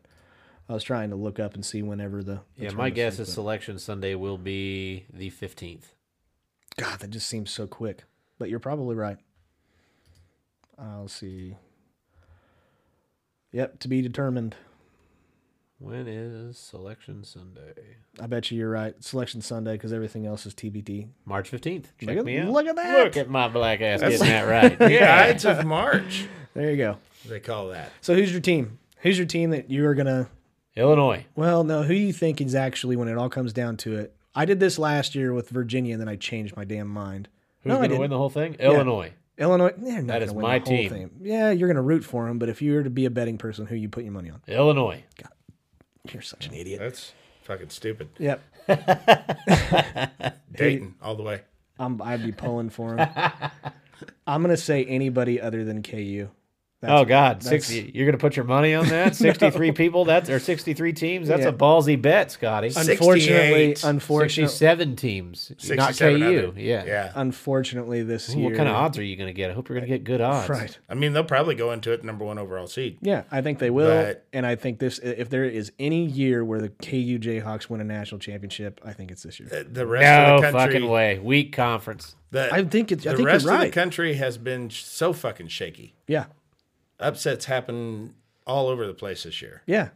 I was trying to look up and see whenever the, the
yeah, my
tournament
guess
starts,
is Selection Sunday will be the 15th.
but- God, that just seems so quick. But you're probably right. I'll see. Yep, to be determined.
When is Selection Sunday?
I bet you you're right. Selection Sunday because everything else is TBD.
March 15th. Check
Look at-
me out.
look at that.
Look at my black ass getting that
[LAUGHS]
right. Yeah.
Tides of March
There you go.
they call that.
So who's your team? Who's your team that you are gonna
Illinois.
Well, no, who do you think is actually when it all comes down to it? I did this last year with Virginia, and then I changed my damn mind.
Who's
no, I
going to
didn't.
win the whole thing? Illinois.
Illinois, they're not
That
gonna
is
win
my
the whole
team.
thing. Yeah, you're going to root for them, but if you were to be a betting person, who you put your money on?
Illinois.
You're such an idiot.
That's fucking stupid.
Yep,
Dayton all the way.
I'm, I'd be pulling for them.
[LAUGHS]
I'm going to say anybody other than KU.
oh God, sixty! You're gonna put your money
[LAUGHS]
on that? Sixty-three people? That's or sixty-three teams? That's
Yeah.
a ballsy bet, Scotty.
Unfortunately,
68.
unfortunately,
Sixty-seven teams, not
67
KU.
other.
Yeah.
Yeah.
unfortunately, this year.
What kind of odds are you gonna get? I hope you're gonna get good odds.
Right.
I mean, they'll probably go into it number one overall seed.
Yeah, I think they will,
But-
and I think this. If there is any year where the KU Jayhawks win a national championship, I think it's this year.
The rest
No
of the country,
fucking way. Weak conference.
The,
I think it's- I
the
think you're
rest of
right.
the country has been sh- so fucking shaky.
Yeah,
Upsets happen all over the place this year.
yeah,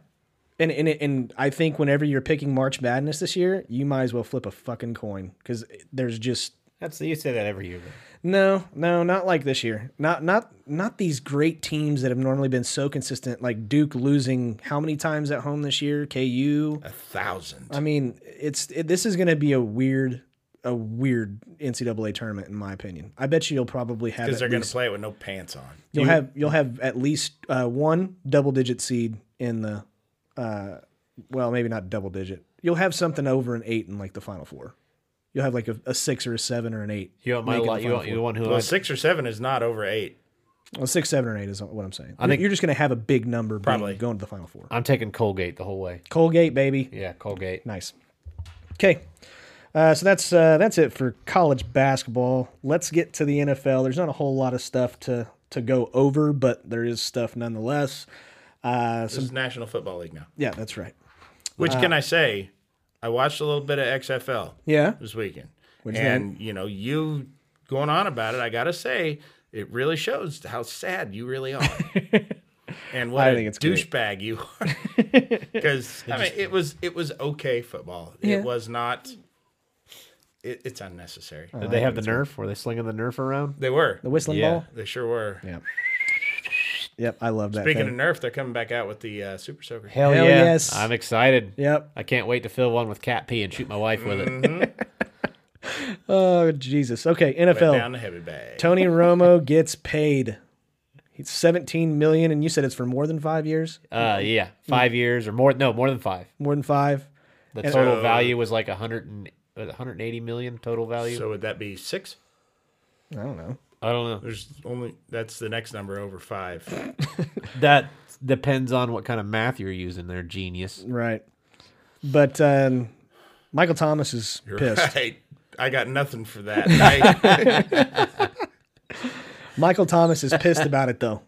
and and and I think whenever you're picking March Madness this year, you might as well flip a fucking coin because there's just
That's you say that every year.
no, no, not like this year. Not not not these great teams that have normally been so consistent, like Duke losing how many times at home this year? KU.
A thousand.
I mean, it's it, this is going to be a weird. A weird NCAA tournament, in my opinion. I bet you you'll probably have
Because
at
they're going to
least-
play it with no pants on.
You'll have you'll have at least uh, one double digit seed in the, uh, well maybe not double digit. You'll have something over an eight in like the final four. You'll have like a, a six or a seven or an eight.
You want my
making the
lot? You
Final
want
Four.
you want who?
Well,
I,
six or seven is not over eight.
Well, six, seven, or an eight is what I'm saying. I
think-
think you're just gonna have a big number being-
Probably.
going to the final four.
I'm taking Colgate the whole way.
Colgate, baby,
Yeah, Colgate.
nice. Okay, uh, so that's uh, that's it for college basketball. Let's get to the NFL. There's not a whole lot of stuff to to go over, but there is stuff nonetheless. Uh,
This is National Football League now.
yeah, that's right.
Which can I say? I watched a little bit of XFL
Yeah.
this weekend,
you
and you know, you going on about it. I got to say, it really shows how sad you
[LAUGHS]
really are, and what
I
a
think it's great.
douchebag you
[LAUGHS]
are. Because I mean, it was it was okay football.
Yeah.
It was not. It, it's unnecessary.
Did they have the Nerf? Were they slinging the Nerf around?
They were.
Uh, The whistling
Yeah.
ball.
They sure were.
Yep. Yep, I love that.
Speaking
thing.
of Nerf, they're coming back out with the uh, Super Soaker.
Hell,
Hell
yeah.
yes.
I'm excited.
Yep.
I can't wait to fill one with cat pee and shoot my wife
[LAUGHS]
with it.
Oh Jesus. Okay,
Down [LAUGHS]
NFL.
the heavy bag.
Tony Romo gets paid. He's 17 million, and you said it's for more than five years,
Uh, yeah, five years or more. No, more than five.
more than five.
The
uh,
total value was like 100 and, uh, 180 million total value.
So would that be six?
I don't know.
I don't know.
There's only that's the next number over five.
That depends on what kind of math you're using
[LAUGHS]
there, genius.
Right. But um, Michael Thomas is pissed.
Right. I got nothing for that. right?
Michael Thomas is pissed about it though.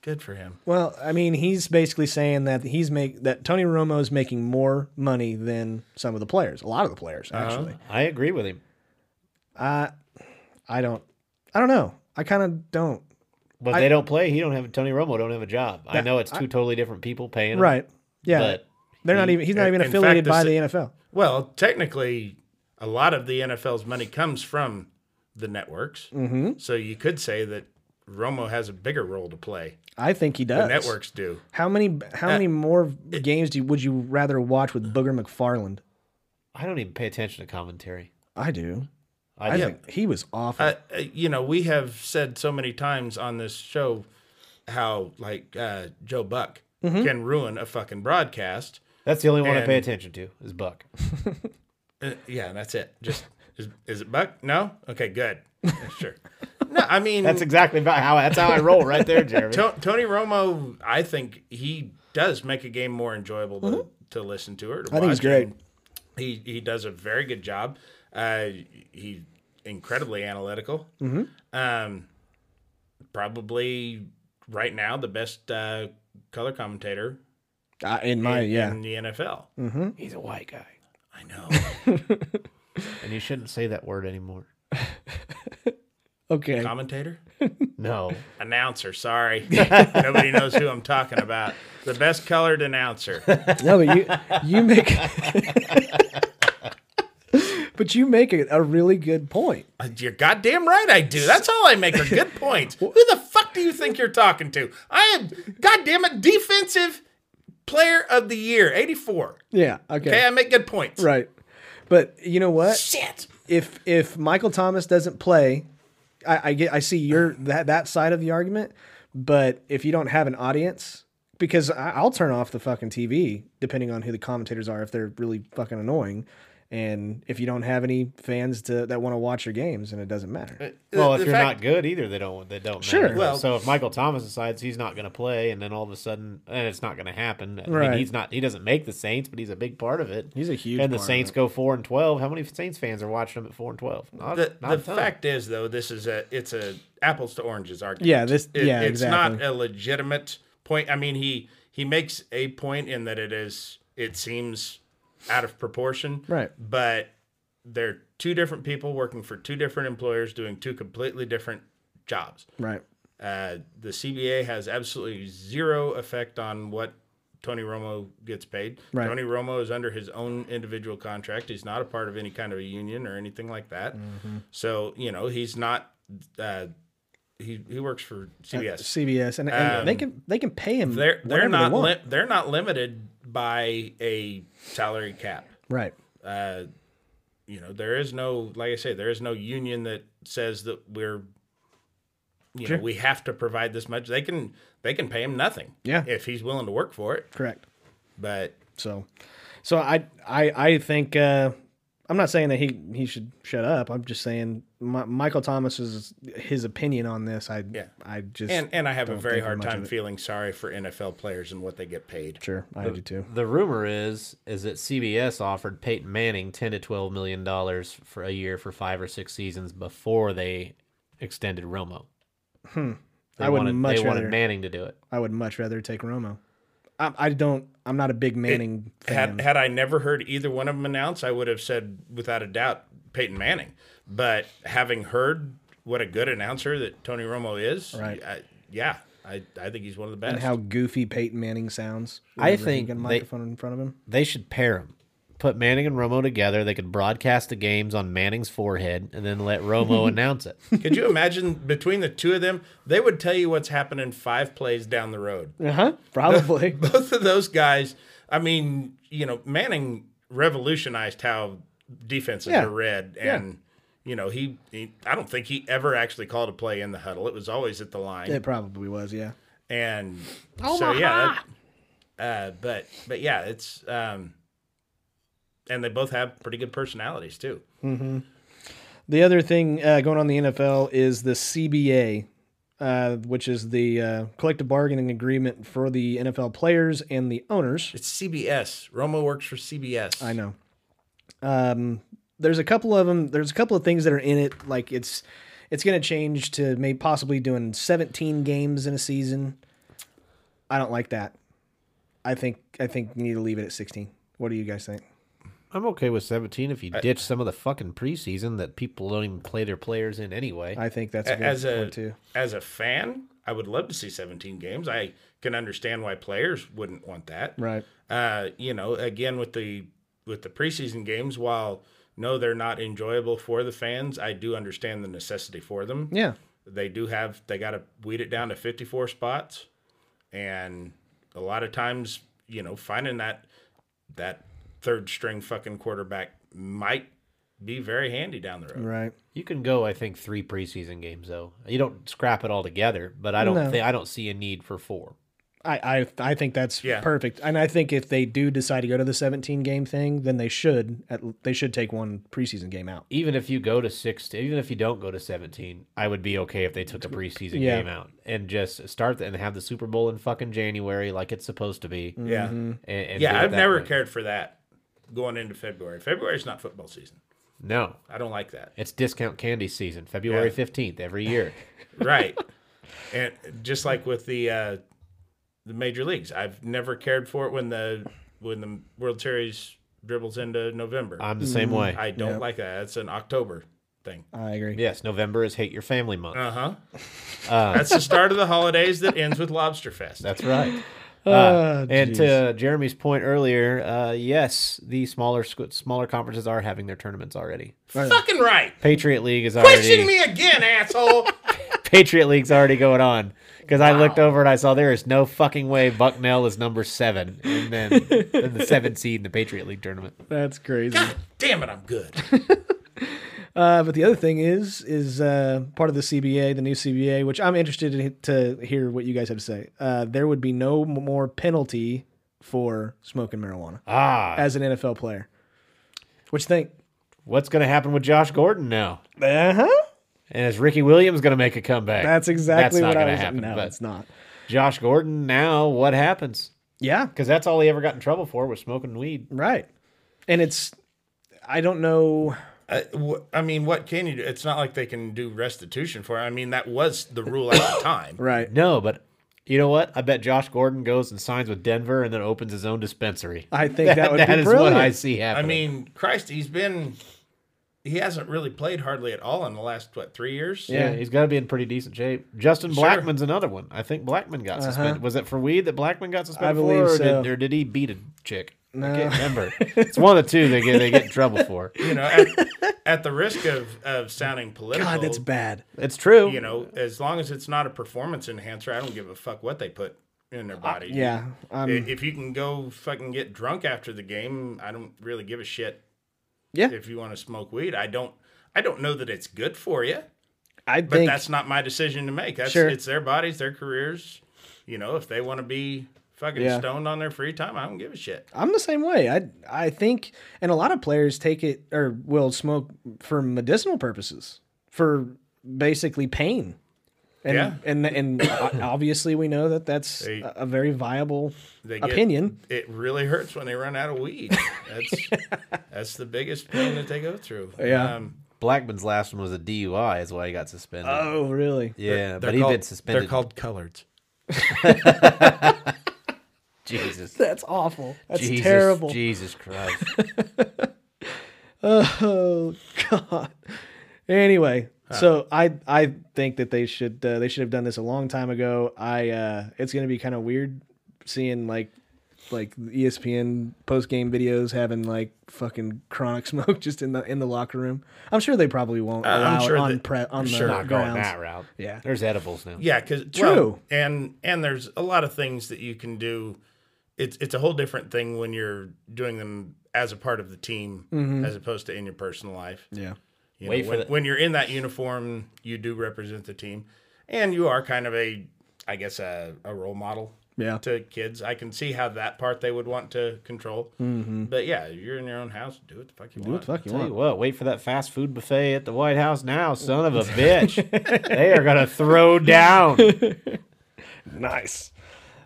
Good for him.
Well, I mean, he's basically saying that he's make that Tony Romo is making more money than some of the players, a lot of the players
Uh-huh.
actually.
I agree with him.
I don't, I don't know. I kind of don't.
But they don't play. He don't have Tony Romo. Don't have a job. I know it's two totally different people paying. him,
Right? Yeah.
But
They're not even. He's not even
in fact,
affiliated
the
by
si-
the NFL.
Well, technically, a lot of the NFL's money comes from the networks.
Mm.
Mm-hmm. So you could say that Romo has a bigger role to play.
I think he does.
The Uh, networks do.
How many? How many more games do you, would you rather watch with Booger McFarland?
I don't even pay attention to commentary.
I do.
I,
I
do.
think he was awful.
Uh, uh, you know, we have said so many times on this show how, like, uh, Joe Buck can ruin a fucking broadcast.
That's the only one I pay
and-
attention to is Buck.
Uh, yeah, and that's it. Just is, is it Buck? No. Okay, good. Yeah, Sure. No, I mean
That's exactly about how that's how I roll right there,
[LAUGHS]
Jeremy.
To- Tony Romo. I think he does make a game more enjoyable to, to listen to or to
Mm-hmm. I think he's
watch,
great.
and He he does a very good job. Uh, he's incredibly analytical.
Mm-hmm.
Um, probably right now the best uh, color commentator
Uh, in my yeah. Mm-hmm.
in the NFL.
He's a white guy,
I know. [LAUGHS]
and you shouldn't say that word anymore.
okay.
commentator.
No,
[LAUGHS]
announcer. Sorry, nobody knows who I'm talking about. The best
[LAUGHS]
colored announcer.
No, but you you
[LAUGHS]
make. [LAUGHS] but you make a, a really good point.
Uh, You're goddamn right, I do. That's all I make are good points.
[LAUGHS]
Who the fuck do you think you're talking to? I am goddamn it defensive player of the year, '84.
Yeah. Okay.
Okay, I make good points.
Right. But you know what?
Shit.
if if Michael Thomas doesn't play, I, I get I see your that that side of the argument, but if you don't have an audience, because I, I'll turn off the fucking TV depending on who the commentators are if they're really fucking annoying, and if you don't have any fans to that want to watch your games, and it doesn't matter.
well, if
the
you're
fact-
not good either, they don't. They don't.
Sure.
Matter.
Well-
so if Michael Thomas decides he's not going to play, and then all of a sudden, and it's not going to happen. I
Right.
mean, he's not. He doesn't make the Saints, but he's a big part of it.
He's a huge
And the
part of
Saints
it.
go four and twelve. How many Saints fans are watching them at four and twelve? Not,
The,
not
the
a ton.
fact is, though, this is a it's a apples to oranges argument.
Yeah, this-
It-
yeah,
it's
exactly.
not a legitimate point. I mean, he he makes a point in that it is it seems out of proportion,
Right.
But they're two different people working for two different employers doing two completely different jobs.
Right.
Uh, the CBA has absolutely zero effect on what Tony Romo gets paid.
Right.
Tony Romo is under his own individual contract. He's not a part of any kind of a union or anything like that. So you know he's not. Uh, he he works for
Uh,
CBS.
CBS and, and they can they can pay him.
Um, They're
whatever
they're not
they want.
li- they're not limited by a salary cap.
right.
Uh, you know there is no like I say there is no union that says that we're you know we have to provide this much. They can they can pay him nothing.
Yeah.
if he's willing to work for it.
Correct.
But
So, so I I I think uh, I'm not saying that he he should shut up. I'm just saying Mi- Michael Thomas's his opinion on this. I
Yeah.
I just
and and I have a
Don't
very
think
hard
much of
time
it.
feeling sorry for NFL players and what they get paid.
sure I do too.
The rumor is is that CBS offered Peyton Manning ten to twelve million dollars for a year for five or six seasons before they extended Romo. Hmm.
I would
wanted,
much
they
rather-
wanted Manning to do it.
I would much rather take Romo. I, I don't. I'm not a big Manning fan.
Had had I never heard either one of them announced, I would have said without a doubt Peyton Manning. But having heard what a good announcer that Tony Romo is,
Right.
I, yeah, I, I think he's one of the best.
and how goofy Peyton Manning sounds.
I
whenever he
think
got a
they-
microphone in front of him.
They should pair them. Put Manning and Romo together. They could broadcast the games on Manning's forehead and then
[LAUGHS]
let Romo announce it.
Could you imagine between the two of them, they would tell you what's happening five plays down the road.
Uh huh.
[LAUGHS]
Probably.
Both of those guys, I mean, you know, Manning revolutionized how defenses
Yeah.
are read, and you know, he, he, I don't think he ever actually called a play in the huddle. It was always at the line,
it probably was. Yeah.
and so yeah. that- uh, but but yeah, it's um, and they both have pretty good personalities too.
The other thing uh, going on in the NFL is the CBA, uh, which is the uh, collective bargaining agreement for the NFL players and the owners.
It's CBS. Romo works for CBS.
I know. Um, there's a couple of them. There's a couple of things that are in it. Like it's, it's going to change to maybe possibly doing 17 games in a season. I don't like that. I think I think you need to leave it at 16. What do you guys think?
I'm okay with 17 if you ditch some of the fucking preseason that people don't even play their players in anyway.
I think that's a good
as
one
a
too.
as a fan, I would love to see 17 games. I can understand why players wouldn't want that.
Right.
Uh, you know, again with the with the preseason games, while no, they're not enjoyable for the fans. I do understand the necessity for them.
Yeah.
They do have they got to weed it down to 54 spots, and a lot of times, you know, finding that that third string fucking quarterback might be very handy down the road.
Right.
You can go, I think, three preseason games though. You don't scrap it all together, but I don't
No.
think I don't see a need for four.
I, I I think that's
Yeah.
perfect, and I think if they do decide to go to the 17 game thing, then they should at, they should take one preseason game out.
Even if you go to six, even if you don't go to seventeen, I would be okay if they took a preseason
Yeah.
game out and just start and have the Super Bowl in fucking January like it's supposed to be.
Yeah.
Mm-hmm.
and- and do
Yeah,
it
I've
that
never
way.
cared for that going into February. February's not football season.
No,
I don't like that.
it's discount candy season, February
Yeah.
fifteenth every year. [LAUGHS]
Right. and just like with the uh, the major leagues, I've never cared for it when the when the World Series dribbles into November.
I'm the same way.
Mm-hmm. I don't like that. That's an October thing.
I agree.
yes, November is hate your family month.
Uh
[LAUGHS]
huh. That's the start of the holidays that ends with Lobster Fest.
Uh.
[LAUGHS]
That's right. Uh,
Ah,
and to Jeremy's point earlier, uh, yes, the smaller sc- smaller conferences are having their tournaments already.
fucking right.
Patriot League is
Question
already
me again, asshole. [LAUGHS]
Patriot League's already going on because I looked over and I saw there is no fucking way Bucknell is number seven and then, then the seventh seed in the Patriot League tournament.
That's crazy.
Damn it, I'm good.
Uh, but the other thing is is uh, part of the CBA, the new CBA, which I'm interested in, to hear what you guys have to say. Uh, there would be no m- more penalty for smoking marijuana
Ah,
as an NFL player. What you think?
what's going to happen with Josh Gordon now?
Uh huh.
And is Ricky Williams going to make a comeback?
That's exactly
not
what I
gonna
was.
happen,
no,
but
it's not.
Josh Gordon now, what happens?
Yeah.
Because that's all he ever got in trouble for was smoking weed.
Right. And it's. I don't know.
I, wh- I mean, what can you do? It's not like they can do restitution for it. I mean, that was the rule at
[COUGHS]
the time.
Right.
No, but you know what? I bet Josh Gordon goes and signs with Denver and then opens his own dispensary.
I think [LAUGHS] that, would
[LAUGHS] that
be
is
brilliant.
what I see
I
happening.
mean, Christ, he's been, he hasn't really played hardly at all in the last, what, three years?
Yeah, he's got to be in pretty decent shape. Justin Blackman's another one. I think Blackman got suspended. Was it for weed that Blackman got suspended
Uh-huh. I believe
for, or,
so.
did, or did he beat a chick? I can't
[LAUGHS]
remember. it's one of the two they get they get in trouble for.
You know, at, at the risk of, of sounding political,
God, that's bad.
It's true.
you know, as long as it's not a performance enhancer, I don't give a fuck what they put in their body.
Yeah. Um,
I- If you can go fucking get drunk after the game, I don't really give a shit.
Yeah.
If you want to smoke weed, I don't. I don't know that it's good for you.
I
but
think
that's not my decision to make. That's
Sure.
it's their bodies, their careers. You know, if they want to be fucking
Yeah.
stoned on their free time, I don't give a shit.
I'm the same way. I I think, and a lot of players take it or will smoke for medicinal purposes, for basically pain. And,
Yeah.
and and o- obviously we know that that's
They-
a a very viable
They get-
opinion.
It really hurts when they run out of weed.
[LAUGHS]
That's that's the biggest pain that they go through.
Yeah.
Um,
Blackman's last one was a DUI, is why he got suspended.
Oh, really?
they're
yeah, but he
called-
did suspended.
They're called coloreds.
Jesus.
That's awful. That's
Jesus,
terrible.
Jesus Christ.
Oh God. Anyway, so I I think that they should uh, they should have done this a long time ago. I uh, it's gonna be kind of weird seeing like like E ESPN post game videos having like fucking chronic [LAUGHS] smoke just in the in the locker room. I'm sure they probably won't allow
sure
it on
that-
pre, on the
sure.
Not going
grounds.
that route.
Yeah.
There's edibles now.
Yeah, because
True.
and and there's a lot of things that you can do. It's it's a whole different thing when you're doing them as a part of the team,
Mm-hmm.
as opposed to in your personal life.
Yeah.
You
Wait
know,
for
when,
the-
when you're in that uniform, you do represent the team, and you are kind of a, I guess, a, a role model
Yeah.
to kids. I can see how that part they would want to control. But yeah, you're in your own house. Do what the fuck you
What
want.
the fuck you
Tell
want?
you what, wait for that fast food buffet at the White House now, son of a bitch. they are gonna throw down.
Nice.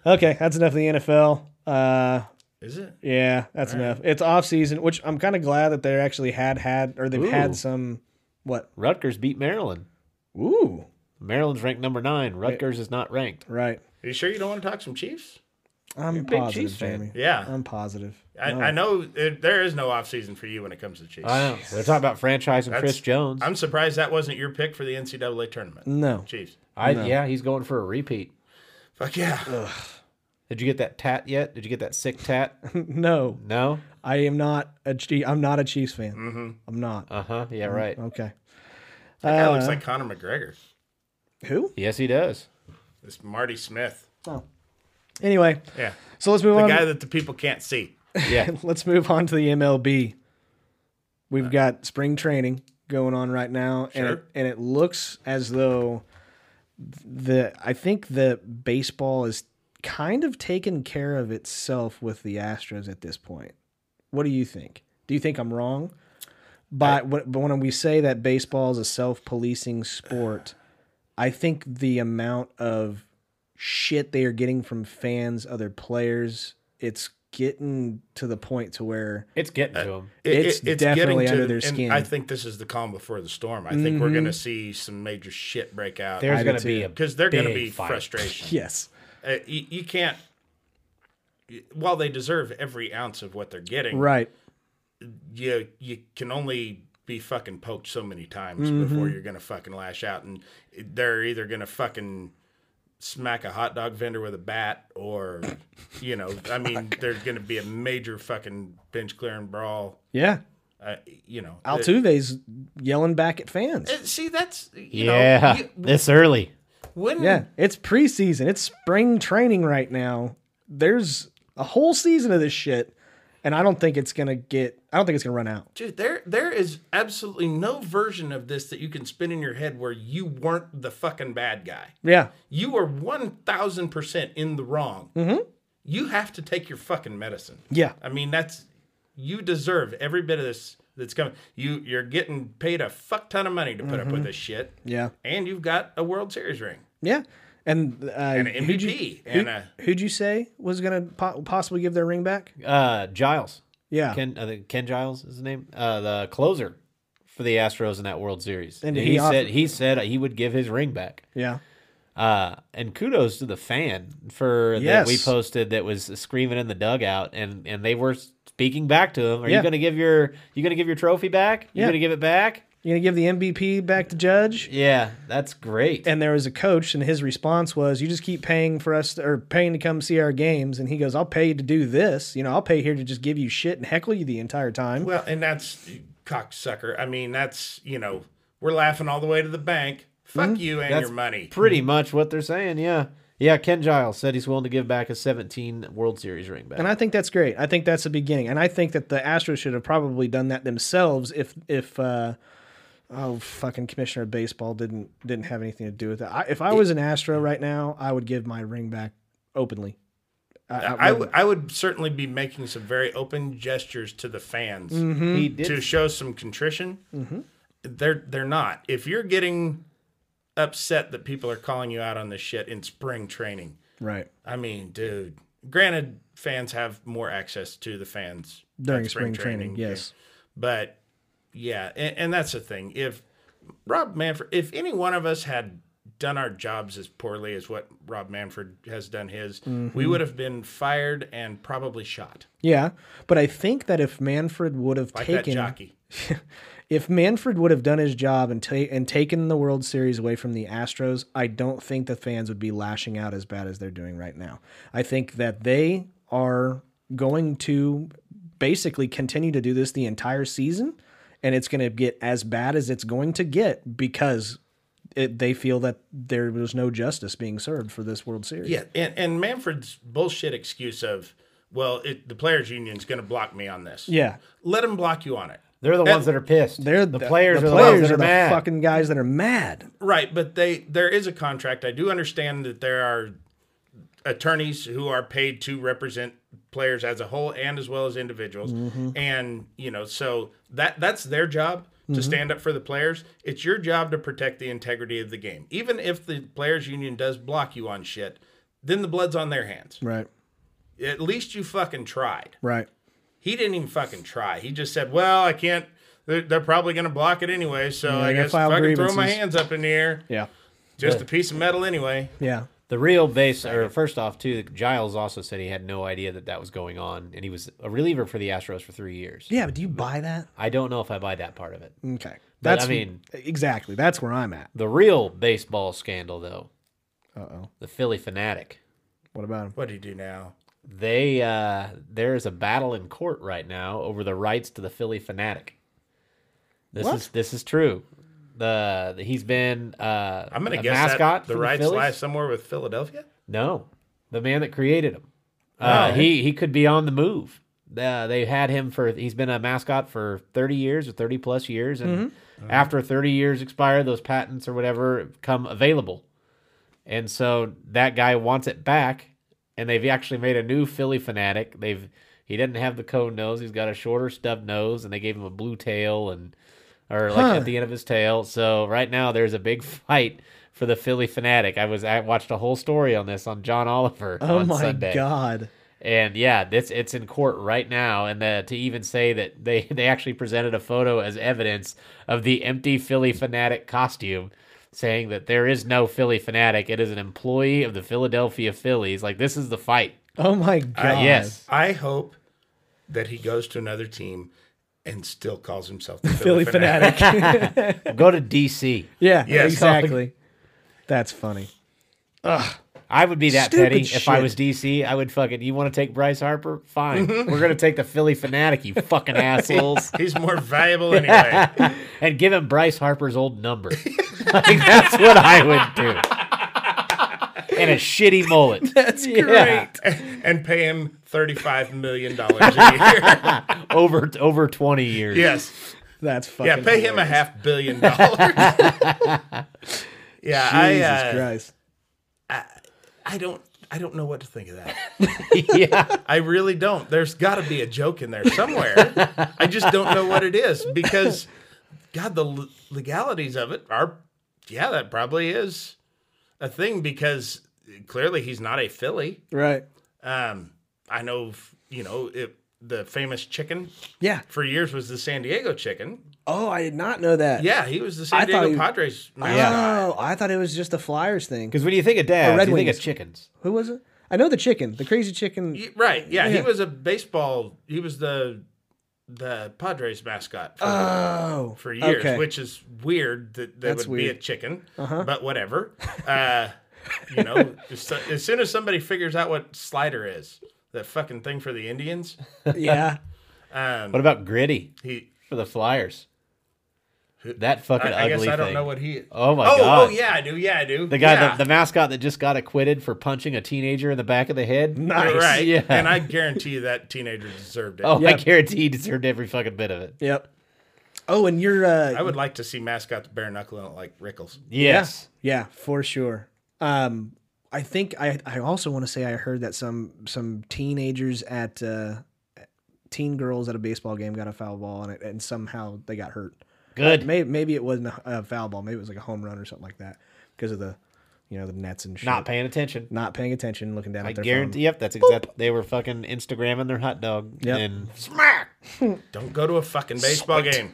Okay, that's enough of the NFL. Uh,
Is it?
yeah, that's enough. It's off season, which I'm kind of glad that they actually had had or they've
Ooh.
had some. What?
Rutgers beat Maryland.
Ooh,
Maryland's ranked number nine. Rutgers is not ranked.
right.
Are you sure you don't want to talk some Chiefs?
I'm
big
positive,
Chiefs fan.
Jeremy.
Yeah.
I'm positive.
I, I know it, there is no offseason for you when it comes to Chiefs.
I know. We're talking about franchise and
That's-
Chris Jones.
I'm surprised that wasn't your pick for the NCAA tournament.
No.
Chiefs.
I yeah, he's going for a repeat.
Fuck yeah.
Did you get that tat yet? Did you get that sick tat?
No,
No?
I am not a Chief. I'm not a Chiefs fan.
Mm-hmm.
I'm
Uh,
not.
Uh-huh. Yeah, right.
Okay.
That guy looks like Conor McGregor.
Who?
Yes, he does.
It's Marty Smith.
Oh. Anyway,
Yeah.
so let's move
The
on.
guy that the people can't see.
Yeah.
[LAUGHS] Let's move on to the MLB. We've got spring training going on right now, and it,
Sure.
and it looks as though the I think the baseball is kind of taken care of itself with the Astros at this point. What do you think? Do you think I'm wrong? But when- but when we say that baseball is a self-policing sport, I think the amount of shit they are getting from fans, other players, it's getting to the point to where
It's getting to him.
It's definitely under their
and
skin. Mm-hmm.
I think this is the calm before the storm. I think we're going to see some major shit break out.
There's
do
gonna
too.
be a
Because they're going to
big
be
fight.
frustration.
yes,
Uh, you, you can't. While they deserve every ounce of what they're getting,
right,
you you can only be fucking poked so many times
Mm-hmm.
before you're gonna fucking lash out, and they're either gonna fucking smack a hot dog vendor with a bat, or you know, I
[LAUGHS]
mean, there's gonna be a major fucking bench clearing brawl.
yeah.
Uh, you know,
Altuve's yelling back at fans.
Uh, see, that's you
yeah.
know, you,
this early.
when
Yeah, it's preseason. It's spring training right now. There's a whole season of this shit, and I don't think it's gonna get. I don't think it's gonna run out.
Dude, there there is absolutely no version of this that you can spin in your head where you weren't the fucking bad guy.
Yeah,
You are one thousand percent in the wrong. You have to take your fucking medicine.
Mm-hmm. yeah,
I mean, that's you deserve every bit of this that's coming. You you're getting paid a fuck ton of money to put up with this shit.
Mm-hmm. yeah,
And you've got a World Series ring
yeah. And uh,
and an
who'd you-
MVP
Who,
and a
who'd you say was gonna po- possibly give their ring back?
Uh Giles.
Yeah,
[LAUGHS] Ken, I think Ken Giles is the name, uh, the closer for the Astros in that World Series.
And
And,
did
he,
he offer-
said he said he would give his ring back.
yeah,
Uh, and kudos to the fan for that we
Yes.
posted that was screaming in the dugout, and and they were speaking back to him. Are
Yeah.
you going to give your you going to give your trophy back? You
Yeah.
going to give it back?
you gonna give the MVP back to Judge?
Yeah, that's great.
and there was a coach and his response was you just keep paying for us or paying to come see our games and he goes i'll pay you to do this you know i'll pay here to just give you shit and heckle you the entire time
well, and that's cocksucker. I mean, that's you know, we're laughing all the way to the bank.
Mm-hmm.
Fuck you and
That's
your money.
Pretty much what they're saying. Yeah, yeah. Ken Giles said he's willing to give back his 17 World Series ring back.
and i think that's great i think that's the beginning and i think that the astros should have probably done that themselves if if uh Oh fucking commissioner of baseball didn't didn't have anything to do with it. I, if I was an Astro right now, I would give my ring back openly.
I, w- I would certainly be making some very open gestures to the fans
Mm-hmm.
he did.
to show some contrition. They're they're not. If you're getting upset that people are calling you out on this shit in spring training,
Right
I mean, dude. Granted, fans have more access to the fans
during
at
spring, training, yes,
but yeah, and, and that's the thing. If Rob Manfred, if any one of us had done our jobs as poorly as what Rob Manfred has done his, we
Mm-hmm.
would have been fired and probably shot
yeah. But I think that if Manfred would have
like
taken
that jockey.
if Manfred would have done his job and ta- and taken the World Series away from the Astros, I don't think the fans would be lashing out as bad as they're doing right now. I think that they are going to basically continue to do this the entire season, and it's going to get as bad as it's going to get because it, they feel that there was no justice being served for this World Series.
Yeah, and, and Manfred's bullshit excuse of, well, it, the players' union's going to block me on this.
yeah.
let them block you on it.
they're the ones that are pissed.
They're
the, players.
The
are the
players
ones that
are
are
the
mad.
fucking guys that are mad.
Right, but they there is a contract. I do understand that there are attorneys who are paid to represent players as a whole and as well as individuals.
Mm-hmm.
And you know, so that that's their job
Mm-hmm.
to stand up for the players. It's your job to protect the integrity of the game. Even if the players union does block you on shit, then the blood's on their hands.
Right.
At least you fucking tried.
Right.
He didn't even fucking try. He just said, "Well, I can't. They're, they're probably gonna block it anyway, so I
they're gonna
guess
file
fucking throw my
grievances."
hands up in the air.
Yeah.
Just a piece of metal anyway.
Yeah.
The real base, or first off, too, Giles also said he had no idea that that was going on, and he was a reliever for the Astros for three years.
Yeah, but do you buy that?
I don't know if I buy that part of it.
Okay. That's
I mean-
exactly. That's where I'm at.
The real baseball scandal, though,
Uh oh.
the Philly fanatic.
What about him?
What do you do now?
They uh, there is a battle in court right now over the rights to the Philly fanatic. This is this is true. The, he's been uh,
I'm gonna
a
guess
mascot
that
for
the rights
Phillies.
lie somewhere with Philadelphia.
No, the man that created him. Uh, he he could be on the move. Uh, they had him for he's been a mascot for thirty years or thirty plus years, and
Mm-hmm.
after thirty years expire, those patents or whatever come available, and so that guy wants it back. And they've actually made a new Philly fanatic. They've he didn't have the cone nose. He's got a shorter stub nose, and they gave him a blue tail and or like at the end of his tail. So right now there's a big fight for the Philly fanatic. I was I watched a whole story on this on John Oliver
Oh
on
my
Sunday.
god.
And yeah, it's it's in court right now. And the, to even say that they [LAUGHS] they actually presented a photo as evidence of the empty Philly fanatic costume, saying that there is no Philly fanatic. It is an employee of the Philadelphia Phillies. Like this is the fight.
Oh my
Uh,
god.
yes.
I hope that he goes to another team and still calls himself the
Philly
Philly, fanatic.
fanatic. [LAUGHS]
[LAUGHS]
Go to DC.
yeah.
Yes.
Exactly. That's funny.
I would be that
Stupid
petty if I
shit.
was DC. I would fucking. You want to take Bryce Harper?
[LAUGHS]
Fine. We're gonna take the Philly fanatic. You fucking assholes.
He's more valuable anyway.
and give him Bryce Harper's old number. [LAUGHS] like, that's what I would do.
[LAUGHS]
And a shitty mullet. That's
and pay him thirty-five million dollars a year.
Over over twenty years.
yes,
That's fucking.
yeah, pay him a
hilarious.
half billion dollars. yeah, I,
Jesus
uh,
Christ.
I don't, I don't know what to think of that.
[LAUGHS] yeah.
I really don't. There's got to be a joke in there somewhere. I just don't know what it is because, God, the l- legalities of it are, yeah, that probably is a thing because clearly he's not a Philly.
Right.
Um, I know, f- you know, it, the famous chicken
Yeah.
for years was the San Diego chicken.
Oh, I did not know that.
Yeah, he was the
I
San
thought
Diego
he-
Padres.
Oh,
mascot.
I thought it was just the Flyers thing.
Because when you think of dads,
Red
you think
Wings.
of chickens.
Who was it? I know the chicken, the crazy chicken.
Y- Right. Yeah,
Yeah.
he was a baseball. He was the the Padres mascot for,
Oh,
for years,
okay.
which is weird that that
That's
would be a
weird. Uh-huh.
chicken. But whatever. Uh, you know, [LAUGHS] as, as soon as somebody figures out what slider is, that fucking thing for the Indians,
yeah,
um,
What about gritty
he.
for the Flyers? That fucking
I, I
ugly
guess I don't
thing.
know what he is.
Oh my
oh,
God.
Oh yeah, I do. Yeah, I do.
the guy,
yeah.
the, the mascot that just got acquitted for punching a teenager in the back of the head.
You're [LAUGHS] Right.
Yeah.
And I guarantee you that teenager deserved it.
Oh, I
Yeah.
guarantee he deserved every fucking bit of it.
yep. Oh, and you're uh,
I would like to see mascots bare knuckling it like Rickles.
Yes.
Yeah, for sure. Um, I think I I also want to say I heard that some some teenagers at uh, teen girls at a baseball game got a foul ball on it, and somehow they got hurt.
Good.
Maybe maybe it wasn't a, a foul ball. Maybe it was like a home run or something like that because of the you know the nets and shit.
Not paying attention.
not paying attention, looking down
I
at their
guarantee.
phone.
Yep, that's exact. They were fucking Instagramming their hot dog
Yep.
and
Don't go to a fucking baseball game.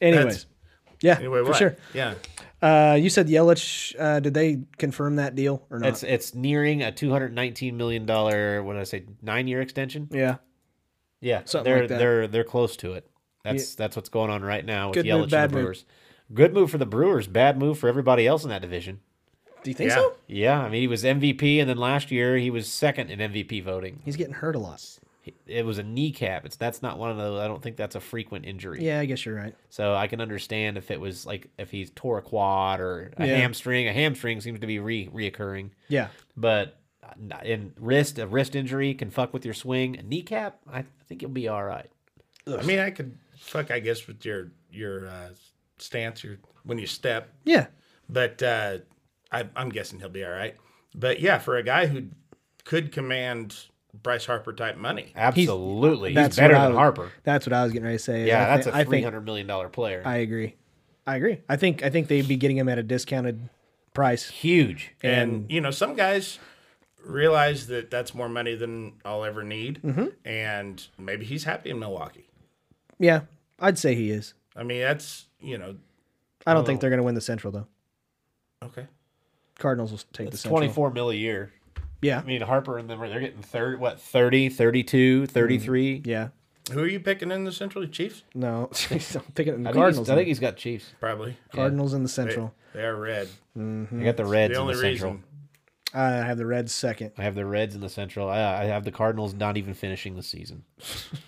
Anyways, yeah,
Anyway,
for
what?
sure.
Yeah.
Uh, you said Yelich. Uh, did they confirm that deal or not?
it's it's nearing a two hundred nineteen million dollar. What did I say? Nine year extension.
yeah,
Yeah,
Something
they're
like that.
they're they're close to it. That's that's what's going on right now with
Good
Good
move,
Yelich
bad
and the
move.
Brewers. Good move for the Brewers. Bad move for everybody else in that division.
do you think
Yeah.
so?
Yeah, I mean he was MVP, and then last year he was second in MVP voting.
He's getting hurt a lot.
It was a kneecap. It's that's not one of those. I don't think that's a frequent injury.
Yeah, I guess you're right.
So I can understand if it was like if he's tore a quad or a
Yeah.
hamstring. A hamstring seems to be re reoccurring.
Yeah,
but in wrist a wrist injury can fuck with your swing a kneecap i think you'll be all right
I mean, I could fuck. I guess with your your uh, stance, your when you step,
yeah,
but uh, I, I'm guessing he'll be all right. But yeah, for a guy who could command Bryce Harper type money.
Absolutely. He's,
That's
better
what I
than
was-
Harper.
That's what I was getting ready to say. is I
Yeah, that's
thi-
a
I
three
think
hundred million dollar player.
I agree. I agree. I think I think they'd be getting him at a discounted price.
Huge.
And, you know, some guys realize that that's more money than I'll ever need,
Mm-hmm.
and maybe he's happy in Milwaukee.
Yeah, I'd say he is.
I mean, that's you know,
I don't
Oh.
think they're going to win the Central though.
okay.
Cardinals will take the
It's
Central.
twenty four mil a year.
Yeah,
I mean Harper and them are- they're getting third what 30, 32, 33.
yeah.
Who are you picking in the Central? The Chiefs,
[LAUGHS]
No, [LAUGHS] I'm picking the
I, think he's-
Cardinals.
I think he's got Chiefs.
probably.
Cardinals in the Central.
They are red.
Mm-hmm.
I got the Reds
The
in
only
the Central.
reason
I have the Reds second.
I have the Reds in the Central. I, I have the Cardinals not even finishing the season.
[LAUGHS]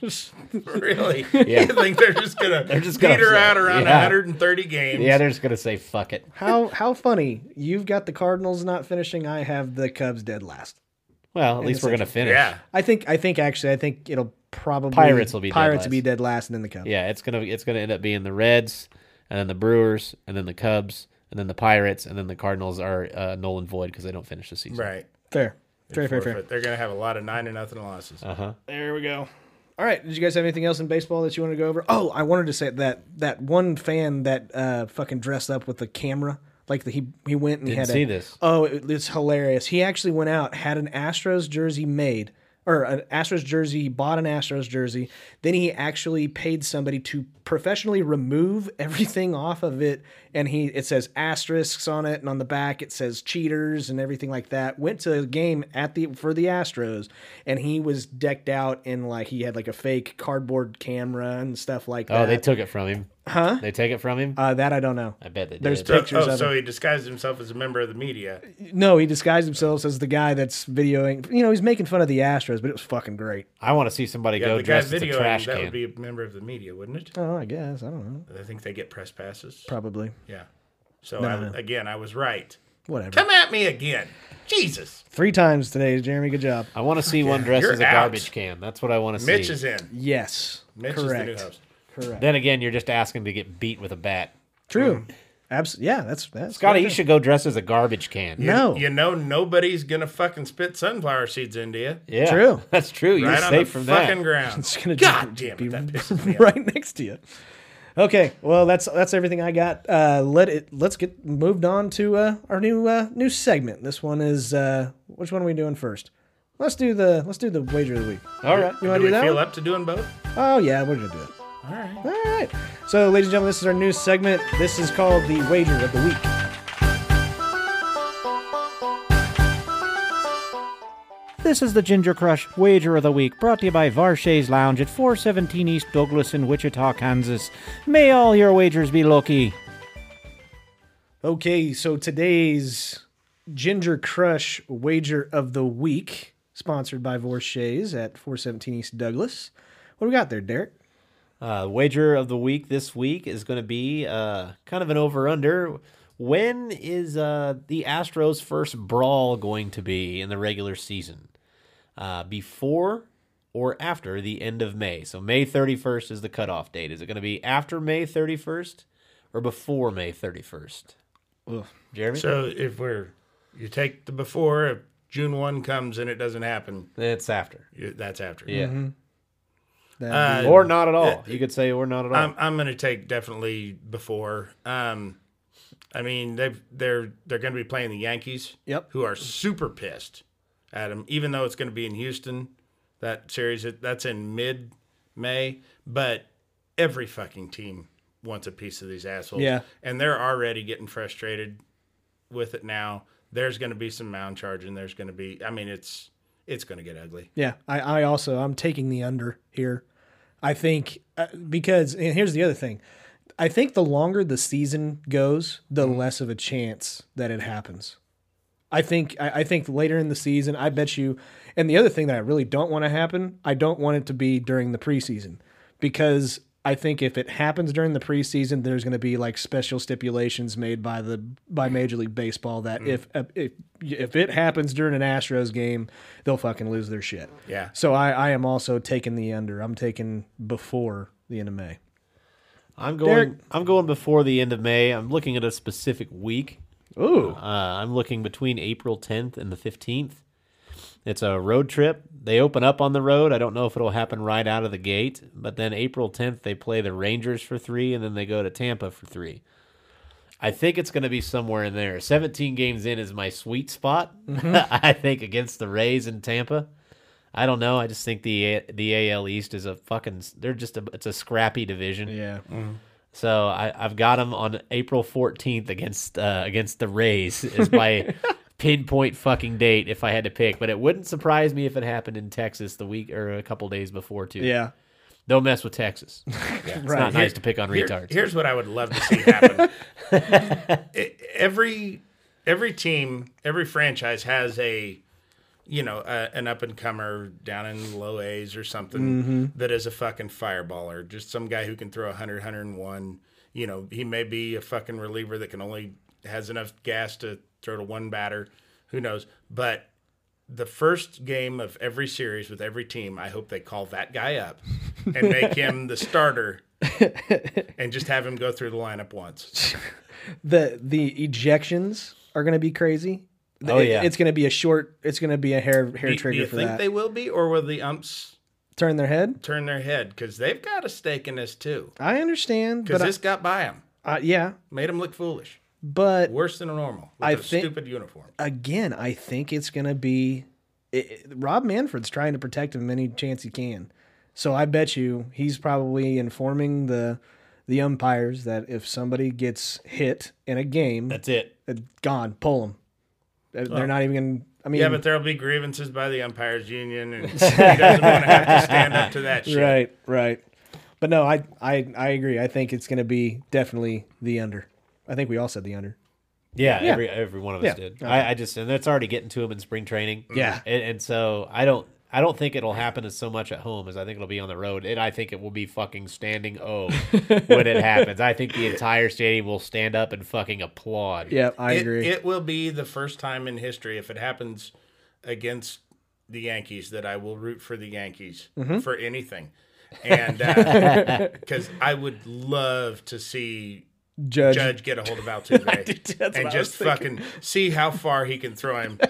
[LAUGHS]
Really? Yeah. You think they're just gonna they're
just gonna
peter
upset.
out around
Yeah.
130 games?
Yeah, they're just gonna say fuck it.
How how funny! You've got the Cardinals not finishing. I have the Cubs dead last.
Well, at least we're gonna finish.
Yeah.
I think I think actually I think it'll probably
Pirates will be dead
Pirates
last.
will be dead last and then the Cubs.
Yeah, it's gonna it's gonna end up being the Reds and then the Brewers and then the Cubs and then the Pirates and then the Cardinals are uh, null and void because they don't finish the season.
Right.
Fair, fair, fair, fair.
Forfeit. They're gonna have a lot of nine to nothing losses.
Uh-huh.
There we go. All right. Did you guys have anything else in baseball that you want to go over? Oh, I wanted to say that that one fan that uh, fucking dressed up with the camera, like the, he he went and he had
Didn't
a,
see this.
Oh, it, it's hilarious. He actually went out, had an Astros jersey made, or an Astros jersey. He bought an Astros jersey. Then he actually paid somebody to professionally remove [LAUGHS] everything off of it, and he it says asterisks on it, and on the back it says cheaters and everything like that. Went to a game at the for the Astros, and he was decked out in like he had like a fake cardboard camera and stuff like that.
Oh, they took it from him. Huh? They take it from him.
uh, that I don't know.
I bet they did.
There's
So,
pictures
oh,
of
so
it.
he disguised himself as a member of the media.
No, he disguised himself as the guy that's videoing. You know, he's making fun of the Astros, but it was fucking great.
I want to see somebody
Yeah,
go
the guy
dressed as a
videoing
trash
that
can.
would be a member of the media, wouldn't it?
Oh, I guess I don't know.
I think they get press passes.
Probably.
Yeah. So I, again, I was right.
Whatever.
Come at me again, Jesus!
Three times today, Jeremy. Good job.
I want to see one dressed
You're
as a
out.
garbage can. That's what I want to see.
Mitch is in.
Yes.
Mitch
correct.
is the new host.
Correct.
Then again, you're just asking to get beat with a bat.
True.
Mm.
Abs- yeah, that's that's
Scotty, you should go dressed as a garbage can.
No.
You know nobody's gonna fucking spit sunflower seeds into you.
Yeah,
True.
[LAUGHS] That's true. You're
Right on the
safe from that.
[LAUGHS]
fucking ground. It's
gonna
God
just
damn
be- [LAUGHS]
it, that pisses me off.
right next to you. Okay, well that's that's everything I got. Uh, let it let's get moved on to uh, our new uh, new segment. This one is uh, which one are we doing first? Let's do the let's do the wager of the week.
All right.
You want to
Do
do
we
that?
feel
one?
up to doing both?
Oh yeah, we're gonna do it.
All right.
All right. So, ladies and gentlemen, this is our new segment. This is called the Wager of the Week.
This is the Ginger Crush Wager of the Week, brought to you by Varshays Lounge at 417 East Douglas in Wichita, Kansas. May all your wagers be lucky.
Okay, so today's Ginger Crush Wager of the Week, sponsored by Vorshays at 417 East Douglas. What do we got there, Derek?
Uh, wager of the week this week is going to be uh, kind of an over under. When is uh, the Astros' first brawl going to be in the regular season? Uh, before or after the end of May? So May 31st is the cutoff date. Is it going to be after May 31st or before May 31st? Jeremy?
So if we're you take the before, if June one comes and it doesn't happen,
It's after.
you- that's after.
Yeah.
That-
Uh, um,
Or not at all. You could say or not at all.
I'm I'm gonna take definitely before. Um, I mean they they're they're gonna be playing the Yankees.
Yep.
Who are super pissed at them, even though it's gonna be in Houston. That series that's in mid May, but every fucking team wants a piece of these assholes.
Yeah.
and they're already getting frustrated with it now. There's gonna be some mound charging. There's gonna be. I mean, it's it's gonna get ugly.
yeah, I, I also I'm taking the under here. I think uh, because and here's the other thing. I think the longer the season goes, the less of a chance that it happens. I think I, I think later in the season, I bet you. And the other thing that I really don't want to happen, I don't want it to be during the preseason because I think if it happens during the preseason, there's going to be like special stipulations made by the by Major League Baseball that if if if it happens during an Astros game, they'll fucking lose their shit.
Yeah.
So I I am also taking the under. I'm taking before the end of May.
I'm going. I'm going before the end of May. I'm looking at a specific week.
Ooh.
Uh, I'm looking between April 10th and the 15th. It's a road trip. They open up on the road. I don't know if it'll happen right out of the gate, but then April 10th they play the Rangers for 3 and then they go to Tampa for 3. I think it's going to be somewhere in there. 17 games in is my sweet spot.
Mm-hmm.
[LAUGHS] I think against the Rays in Tampa. I don't know. I just think the the AL East is a fucking they're just a it's a scrappy division.
Yeah.
So I, I've got them on April 14th against uh, against the Rays
[LAUGHS]
is my pinpoint fucking date if I had to pick. But it wouldn't surprise me if it happened in Texas the week or a couple days before too.
Yeah.
Don't mess
[LAUGHS]
with Texas. It's not nice to pick on
Here-
retards.
here's what I would love to see happen.
[LAUGHS]
E- every every team, every franchise has a you know a, an up and comer down in low A's or something
Mm-hmm.
that is a fucking fireballer, just some guy who can throw 100, 101. You know, he may be a fucking reliever that can only has enough gas to throw to one batter. Who knows? But the first game of every series with every team, I hope they call that guy up and
[LAUGHS]
make him the starter and just have him go through the lineup once.
The the ejections are going to be crazy.
Oh,
It-
yeah.
It's going to be a short. It's going to be a hair hair
Do, do
trigger
you
for
think
that.
they will be, or will the umps
Turn their head.
turn their head because they've got a stake in this too?
I understand,
Because
but I-
this got by them,
uh, yeah,
made them look foolish,
but
worse than normal with
I
their
think-
stupid uniform.
again, I think it's going to be it, it- Rob Manfred's trying to protect him any chance he can. So I bet you he's probably informing the the umpires that if somebody gets hit in a game,
That's it.
uh, gone, pull them. They're not even going to I mean,
Oh. Yeah, but there'll be grievances by the umpires
[LAUGHS]
union, and he doesn't want to have to stand up to that shit.
right, right. But no, I I I agree. I think it's going to be definitely the under. I think we all said the under.
Yeah, every every one of us
Yeah.
did. I, I just and that's already getting to him in spring training.
Yeah.
and, and so I don't I don't think it'll happen as so much at home as I think it'll be on the road, and I think it will be fucking standing
[LAUGHS]
O when it happens. I think the entire stadium will stand up and fucking applaud.
Yeah, I
it,
agree.
It will be the first time in history if it happens against the Yankees that I will root for the Yankees
Mm-hmm.
for anything, and
[LAUGHS]
because I would love to see
Judge,
Judge get a hold
[LAUGHS]
of Altuve
That's
and
what I was
just fucking see how far he can
[LAUGHS]
throw him.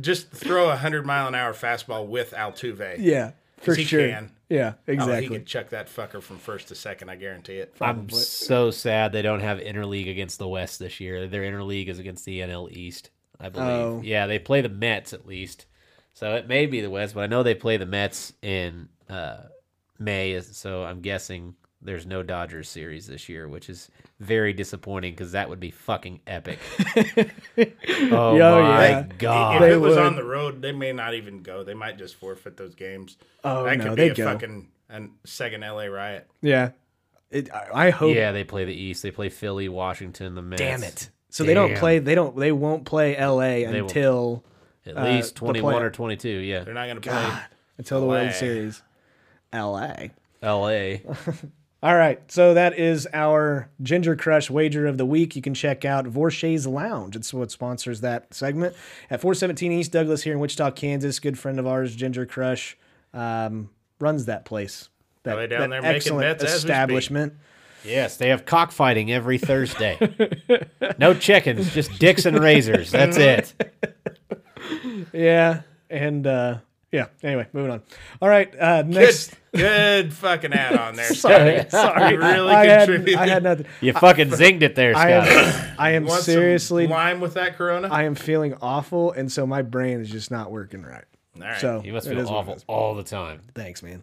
just throw a hundred mile an hour fastball with Altuve.
yeah, for
he
sure.
can.
Yeah,
Oh,
exactly.
he could chuck that fucker from first to second. I guarantee it.
I'm so sad they don't have interleague against the West this year. Their interleague is against the NL East, I believe.
Oh.
Yeah, they play the Mets at least, so it may be the West, but I know they play the Mets in uh, May, so I'm guessing there's no Dodgers series this year, which is very disappointing because that would be fucking
[LAUGHS]
epic. oh
Yeah,
my
yeah.
god!
if
They
it was
would.
on the road, they may not even go. They might just forfeit those games.
Oh,
that
no,
could be
they'd
a
go.
fucking an second LA riot.
Yeah. It, I, I hope.
yeah, they play the East. They play Philly, Washington, the Mets.
Damn it. So they don't
Damn.
play. They don't. They won't play L.A.
won't.
until
At
Uh,
least
the
twenty-one
play-
or twenty-two. Yeah,
They're not going to play.
until the World
LA.
Series. L.A.
L.A.
All right. So that is our Ginger Crush wager of the week. You can check out Vorshay's Lounge. It's what sponsors that segment at 417 East Douglas here in Wichita, Kansas. Good friend of ours, Ginger Crush, um, runs that place. That,
Probably down there making
excellent
bets as we speak.
establishment.
Yes, they have cockfighting every Thursday. no chickens, just dicks and razors. That's it.
Yeah. And uh, yeah. Anyway, moving on. All right. Uh, [LAUGHS]
Good,
next.
good fucking add on there.
Sorry,
sorry. You really
I had,
contributed.
I had nothing.
You fucking zinged it there,
I
Scott.
am, I am
Want some
seriously,
lime with that Corona.
I am feeling awful, and so my brain is just not working right.
All right.
So
You must
it
feel
is what it
awful
is.
all the time.
Thanks, man.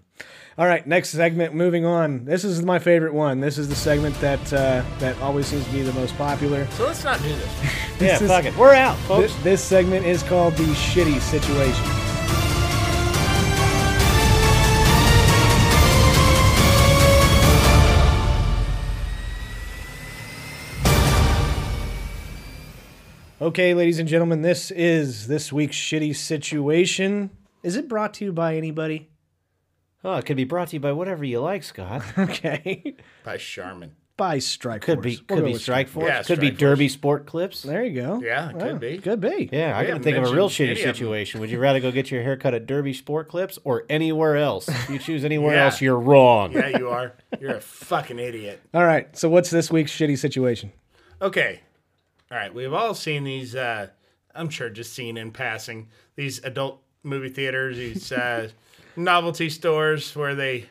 All right, next segment. Moving on. This is my favorite one. This is the segment that uh, that always seems to be the most popular.
so let's not do this.
Yeah,
is-
fuck it. We're out, folks.
This, this segment is called the shitty situation. Okay, ladies and gentlemen, this is this week's shitty situation. Is it brought to you by anybody? [LAUGHS]
Oh, it could be brought to you by whatever you like, Scott.
Okay,
By Charmin.
by Strike
Could be
We'll
could
go
be
with
Strike Force.
Yeah,
could be
Strike Force.
Derby Sport Clips.
There you go.
Yeah, it could
Wow,
be.
Could be.
Yeah, I
We
can
haven't
think of a real
mentioned
shitty
any of them.
situation. Would you rather go get your haircut at Derby Sport Clips or anywhere else? If you choose anywhere
Yeah.
else, you're wrong.
Yeah, you are. You're a fucking idiot.
All right. So what's this week's shitty situation?
Okay. All right. We've all seen these, uh, I'm sure just seen in passing, these adult movie theaters, these uh, novelty stores where they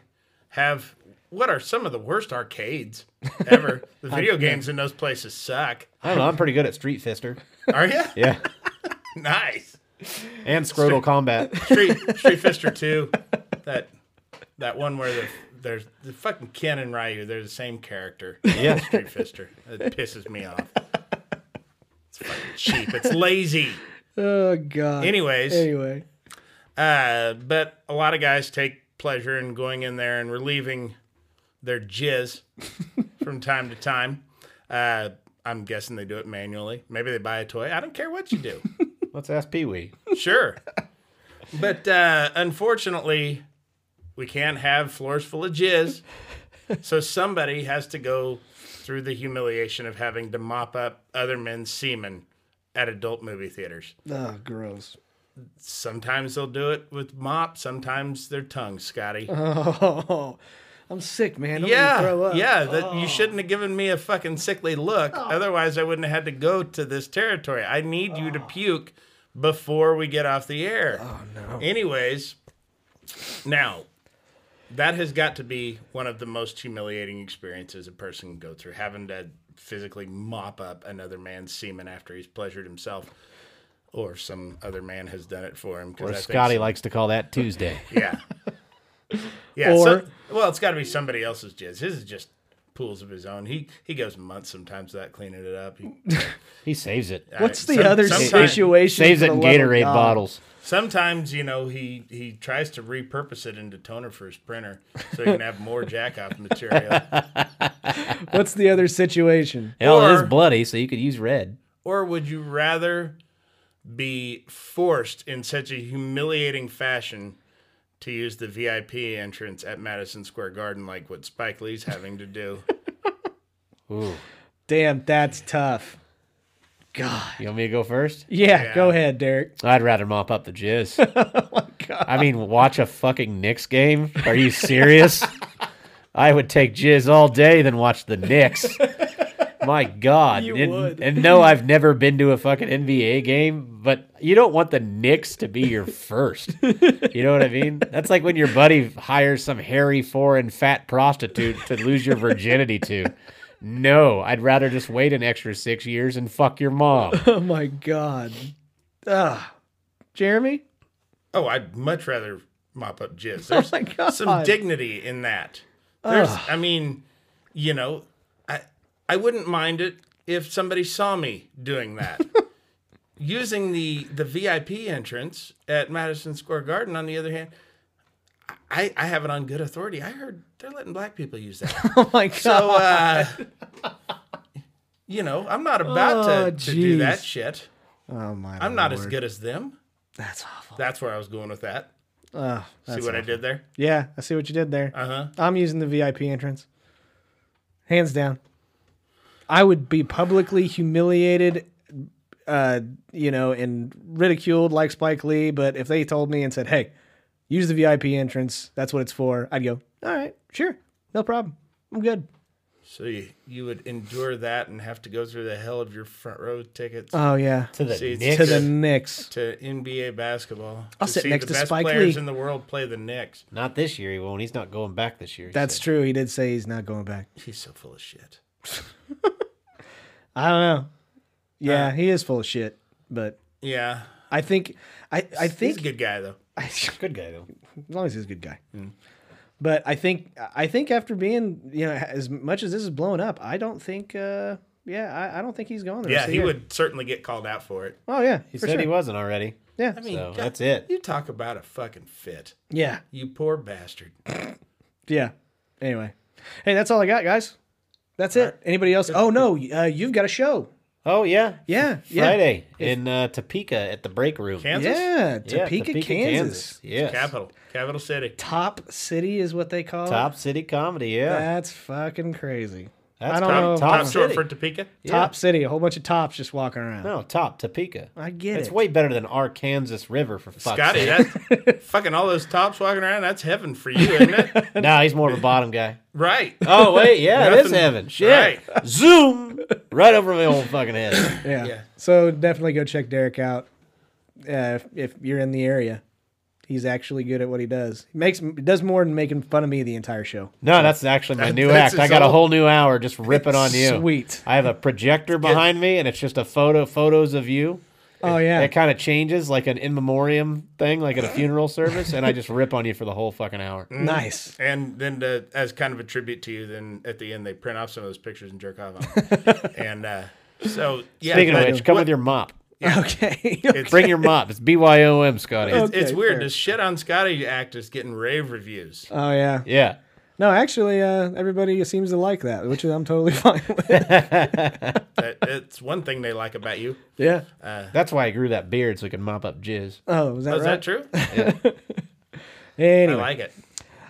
have what are some of the worst arcades ever. The video games in those places suck.
I don't know. I'm pretty good at Street Fister.
Are you?
Yeah.
[LAUGHS] Nice.
And Scrotal Combat.
Street Street Fister Two, that that one where the there's the fucking Ken and Ryu, they're the same character. Yeah, Street Fister. It pisses me off. It's fucking cheap. It's lazy.
Oh god.
Anyways,
Anyway.
uh, but a lot of guys take pleasure in going in there and relieving their jizz from time to time. Uh, I'm guessing they do it manually. Maybe they buy a toy. I don't care what you do.
Let's ask Pee Wee.
Sure. But uh, unfortunately, we can't have floors full of jizz. So somebody has to go through the humiliation of having to mop up other men's semen at adult movie theaters.
Oh, gross. [LAUGHS]
Sometimes they'll do it with mop, sometimes their tongue, Scotty.
Oh, I'm sick, man. Don't yeah, throw
yeah,
up.
yeah. That you shouldn't have given me a fucking sickly look. Otherwise, I wouldn't have had to go to this territory. I need you to puke before we get off the air. Oh no. Anyways, now that has got to be one of the most humiliating experiences a person can go through, having to physically mop up another man's semen after he's pleasured himself. Or some other man has done it for him. 'cause
Or
I think
Scotty likes to call that Tuesday.
[LAUGHS]
yeah. Yeah.
Or-
so- well, it's got to be somebody else's jizz. His is just pools of his own. He he goes months sometimes without cleaning it up. He,
He saves it.
What's the
Some-
other
sometimes-
situation?
Saves
for
it in
the love of
Gatorade
God?
bottles.
sometimes you know he he tries to repurpose it into toner for his printer, so he can have more
[LAUGHS]
jack off material.
What's the other situation?
Hell, it
Or-
is bloody, so you could use red.
Or would you rather be forced in such a humiliating fashion to use the VIP entrance at Madison Square Garden, like what Spike Lee's having to do?
Damn, that's tough. God.
You want me to go first?
Yeah, go ahead, Derek. [LAUGHS]
I'd rather mop up the jizz.
Oh
I mean, watch a fucking Knicks game? Are you serious? I would take jizz all day than watch the Knicks. My God.
You
and,
would.
and no, I've never been to a fucking NBA game, but you don't want the Knicks to be your first. You know what I mean? That's like when your buddy hires some hairy, foreign, fat prostitute to lose your virginity to. No, I'd rather just wait an extra six years and fuck
[LAUGHS]
your mom.
Oh my God. Ah, Jeremy. [LAUGHS]
Oh, I'd much rather mop up jizz. There's
Oh my God.
some dignity in that. There's, I mean, you know, I I wouldn't mind it if somebody saw me
[LAUGHS]
doing that. Using the the VIP entrance at Madison Square Garden, on the other hand, I I have it on good authority. I heard they're letting black people use that.
[LAUGHS] Oh my God.
So, uh, you know, I'm not about
Oh,
to, to do
jeez.
that shit.
oh my.
I'm not as good as them.
That's awful.
That's where I was going with that.
Oh,
See what I did there?
yeah, I see what you did there.
Uh huh.
I'm using the VIP entrance. Hands down. I would be publicly humiliated, uh, you know, and ridiculed like Spike Lee. But if they told me and said, hey, use the VIP entrance, that's what it's for, I'd go, all right, sure, no problem. I'm good.
So you, you would endure that and have to go through the hell of your front row tickets
Oh, yeah.
To the
See, it's-
Knicks.
To the Knicks.
to NBA basketball.
I'll
to
sit
see
next to
the best
Spike
players
Lee.
in the world play the Knicks.
Not this year, he won't. He's not going back this year. he
That's
said.
true. He did say he's not going back.
He's so full of shit.
I don't know. Yeah, he is full of shit. But
Yeah,
I think, I, I
he's
think
a good guy though.
[LAUGHS]
good guy though.
as long as he's a good guy.
Mm.
But I think I think after being you know as much as this is blowing up, I don't think uh yeah I, I don't think he's going there.
Yeah, he would certainly get called out for it.
Oh yeah,
He
for
said
sure.
he wasn't already.
Yeah,
I mean,
So,
God,
that's it.
You talk about a fucking fit.
yeah,
You poor bastard.
yeah. Anyway, hey, that's all I got, guys. That's it. Anybody else? Oh no, uh, you've got a show.
Oh yeah,
Yeah, yeah.
Friday in uh, Topeka at the break room.
Kansas,
Yeah, Topeka,
Yeah,
Kansas.
Yes.
capital, capital city.
Top city is what they call it.
Top city comedy. Yeah.
That's fucking crazy.
That's
I don't
top-
know.
top
Top
city.
store for Topeka.
Top city, a whole bunch of tops just walking around.
No, top Topeka.
I get
It's
it.
way better than our Kansas River for fuck's
Scotty,
[LAUGHS]
sake.
that fucking all those tops walking around, that's heaven for you, isn't it?
No, he's more of a
[LAUGHS]
bottom guy.
right.
Oh wait, yeah, it is
Nothing-
heaven. Shit. Zoom right over my old
[LAUGHS]
fucking head.
Yeah.
Yeah.
So definitely go check Derek out uh, if, if you're in the area. He's actually good at what he does. He makes does more than making fun of me the entire show.
No, that's actually my new
that's
act. I
his
got a
own-
whole new hour just ripping on you.
Sweet.
I have a projector behind me, and it's just a photo photos of you.
Oh yeah.
It kind of changes like an in memoriam thing, like at a funeral service, and I just rip on you for the whole fucking hour.
Mm. nice.
And then to, as kind of a tribute to you, then at the end they print off some of those pictures and jerk off on them. and uh, so, yeah.
Speaking of
but
which, come
what-
with your mop.
[LAUGHS] Okay.
It's,
Bring your mop. It's BYOM, Scotty.
it's, [LAUGHS] it's
Okay,
weird.
fair.
This shit on Scotty act is getting
[LAUGHS]
rave reviews.
oh yeah.
yeah.
No, actually, uh, everybody seems to like that, which I'm totally [LAUGHS] fine with.
That, it's one thing they like about you.
Yeah.
That's why I grew that beard so I could mop up jizz.
Oh, is that
Oh, is
right?
that true?
[LAUGHS]
I
Anyway,
like it.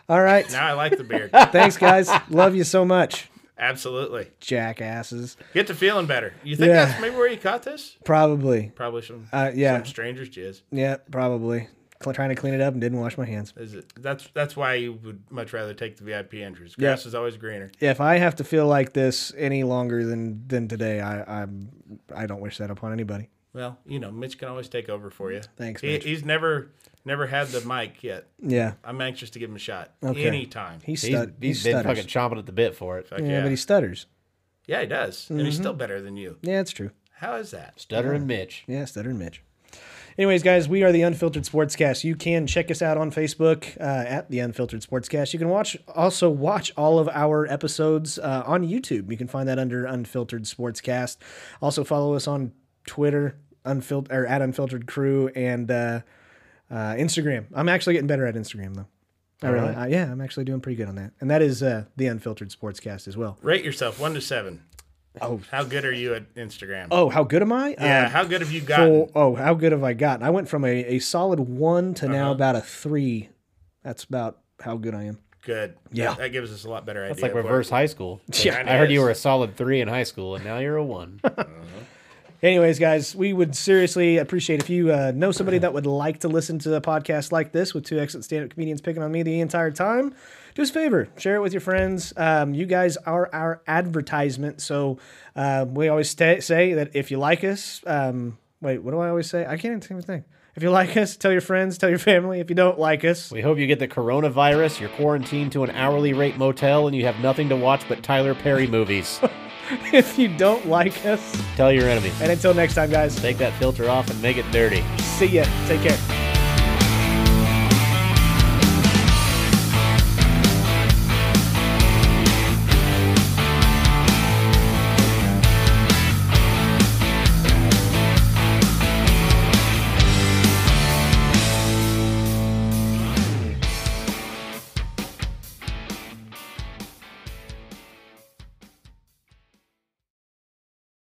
all right. [LAUGHS]
Now I like the beard.
Thanks, guys. Love you so much,
Absolutely.
jackasses.
Get to feeling better. You think
Yeah.
that's maybe where you caught this?
Probably.
Probably some,
Uh, yeah.
some stranger's jizz.
Yeah, probably. Cl- trying to clean it up and didn't wash my hands.
Is it? That's that's why you would much rather take the VIP entrance. Grass is always greener.
If I have to feel like this any longer than than today, I I'm I don't wish that upon anybody.
Well, you know, Mitch can always take over for you.
Thanks,
He,
Mitch.
he's never never had the mic yet.
Yeah,
I'm anxious to give him a shot
Okay.
anytime.
he
He's,
stud- he
he's been
stutters.
fucking chomping at the bit for it.
Fuck
yeah,
yeah,
but Mm-hmm. he stutters.
yeah, he does, and he's still better than you.
Yeah, it's true.
How is that?
Stuttering Mitch.
Yeah, Stutter and Mitch. Anyways, guys, we are the Unfiltered Sportscast. You can check us out on Facebook uh, at the Unfiltered Sportscast. You can watch also watch all of our episodes uh, on YouTube. You can find that under Unfiltered Sportscast. Also follow us on Twitter, unfiltered or at Unfiltered Crew, and uh, uh, Instagram. I'm actually getting better at Instagram though. I really, uh, yeah, I'm actually doing pretty good on that. And that is uh, the Unfiltered Sportscast as well.
Rate yourself one to seven. Oh, how good are you at Instagram?
Oh, how good am I?
yeah,
Uh,
how good have you gotten?
So, oh, how good have I gotten? I went from a, a solid one to now about a three. That's about how good I am.
Good.
Yeah.
that gives us a lot better idea.
It's like
of what-
reverse high school.
Yeah.
I heard you were a solid three in high school, and now you're a one.
Anyways, guys, we would seriously appreciate if you uh, know somebody that would like to listen to a podcast like this with two excellent stand-up comedians picking on me the entire time. Do us a favor, share it with your friends. Um, you guys are our advertisement, so uh, we always sta say that if you like us, um, wait, what do I always say? I can't even think of a thing. If you like us, tell your friends, tell your family. If you don't like us, [LAUGHS]
We hope you get the coronavirus, you're quarantined to an hourly rate motel, and you have nothing to watch but Tyler Perry movies.
if you don't like us,
Tell your enemies.
and until next time, guys.
Take that filter off and make it dirty.
See ya. Take care.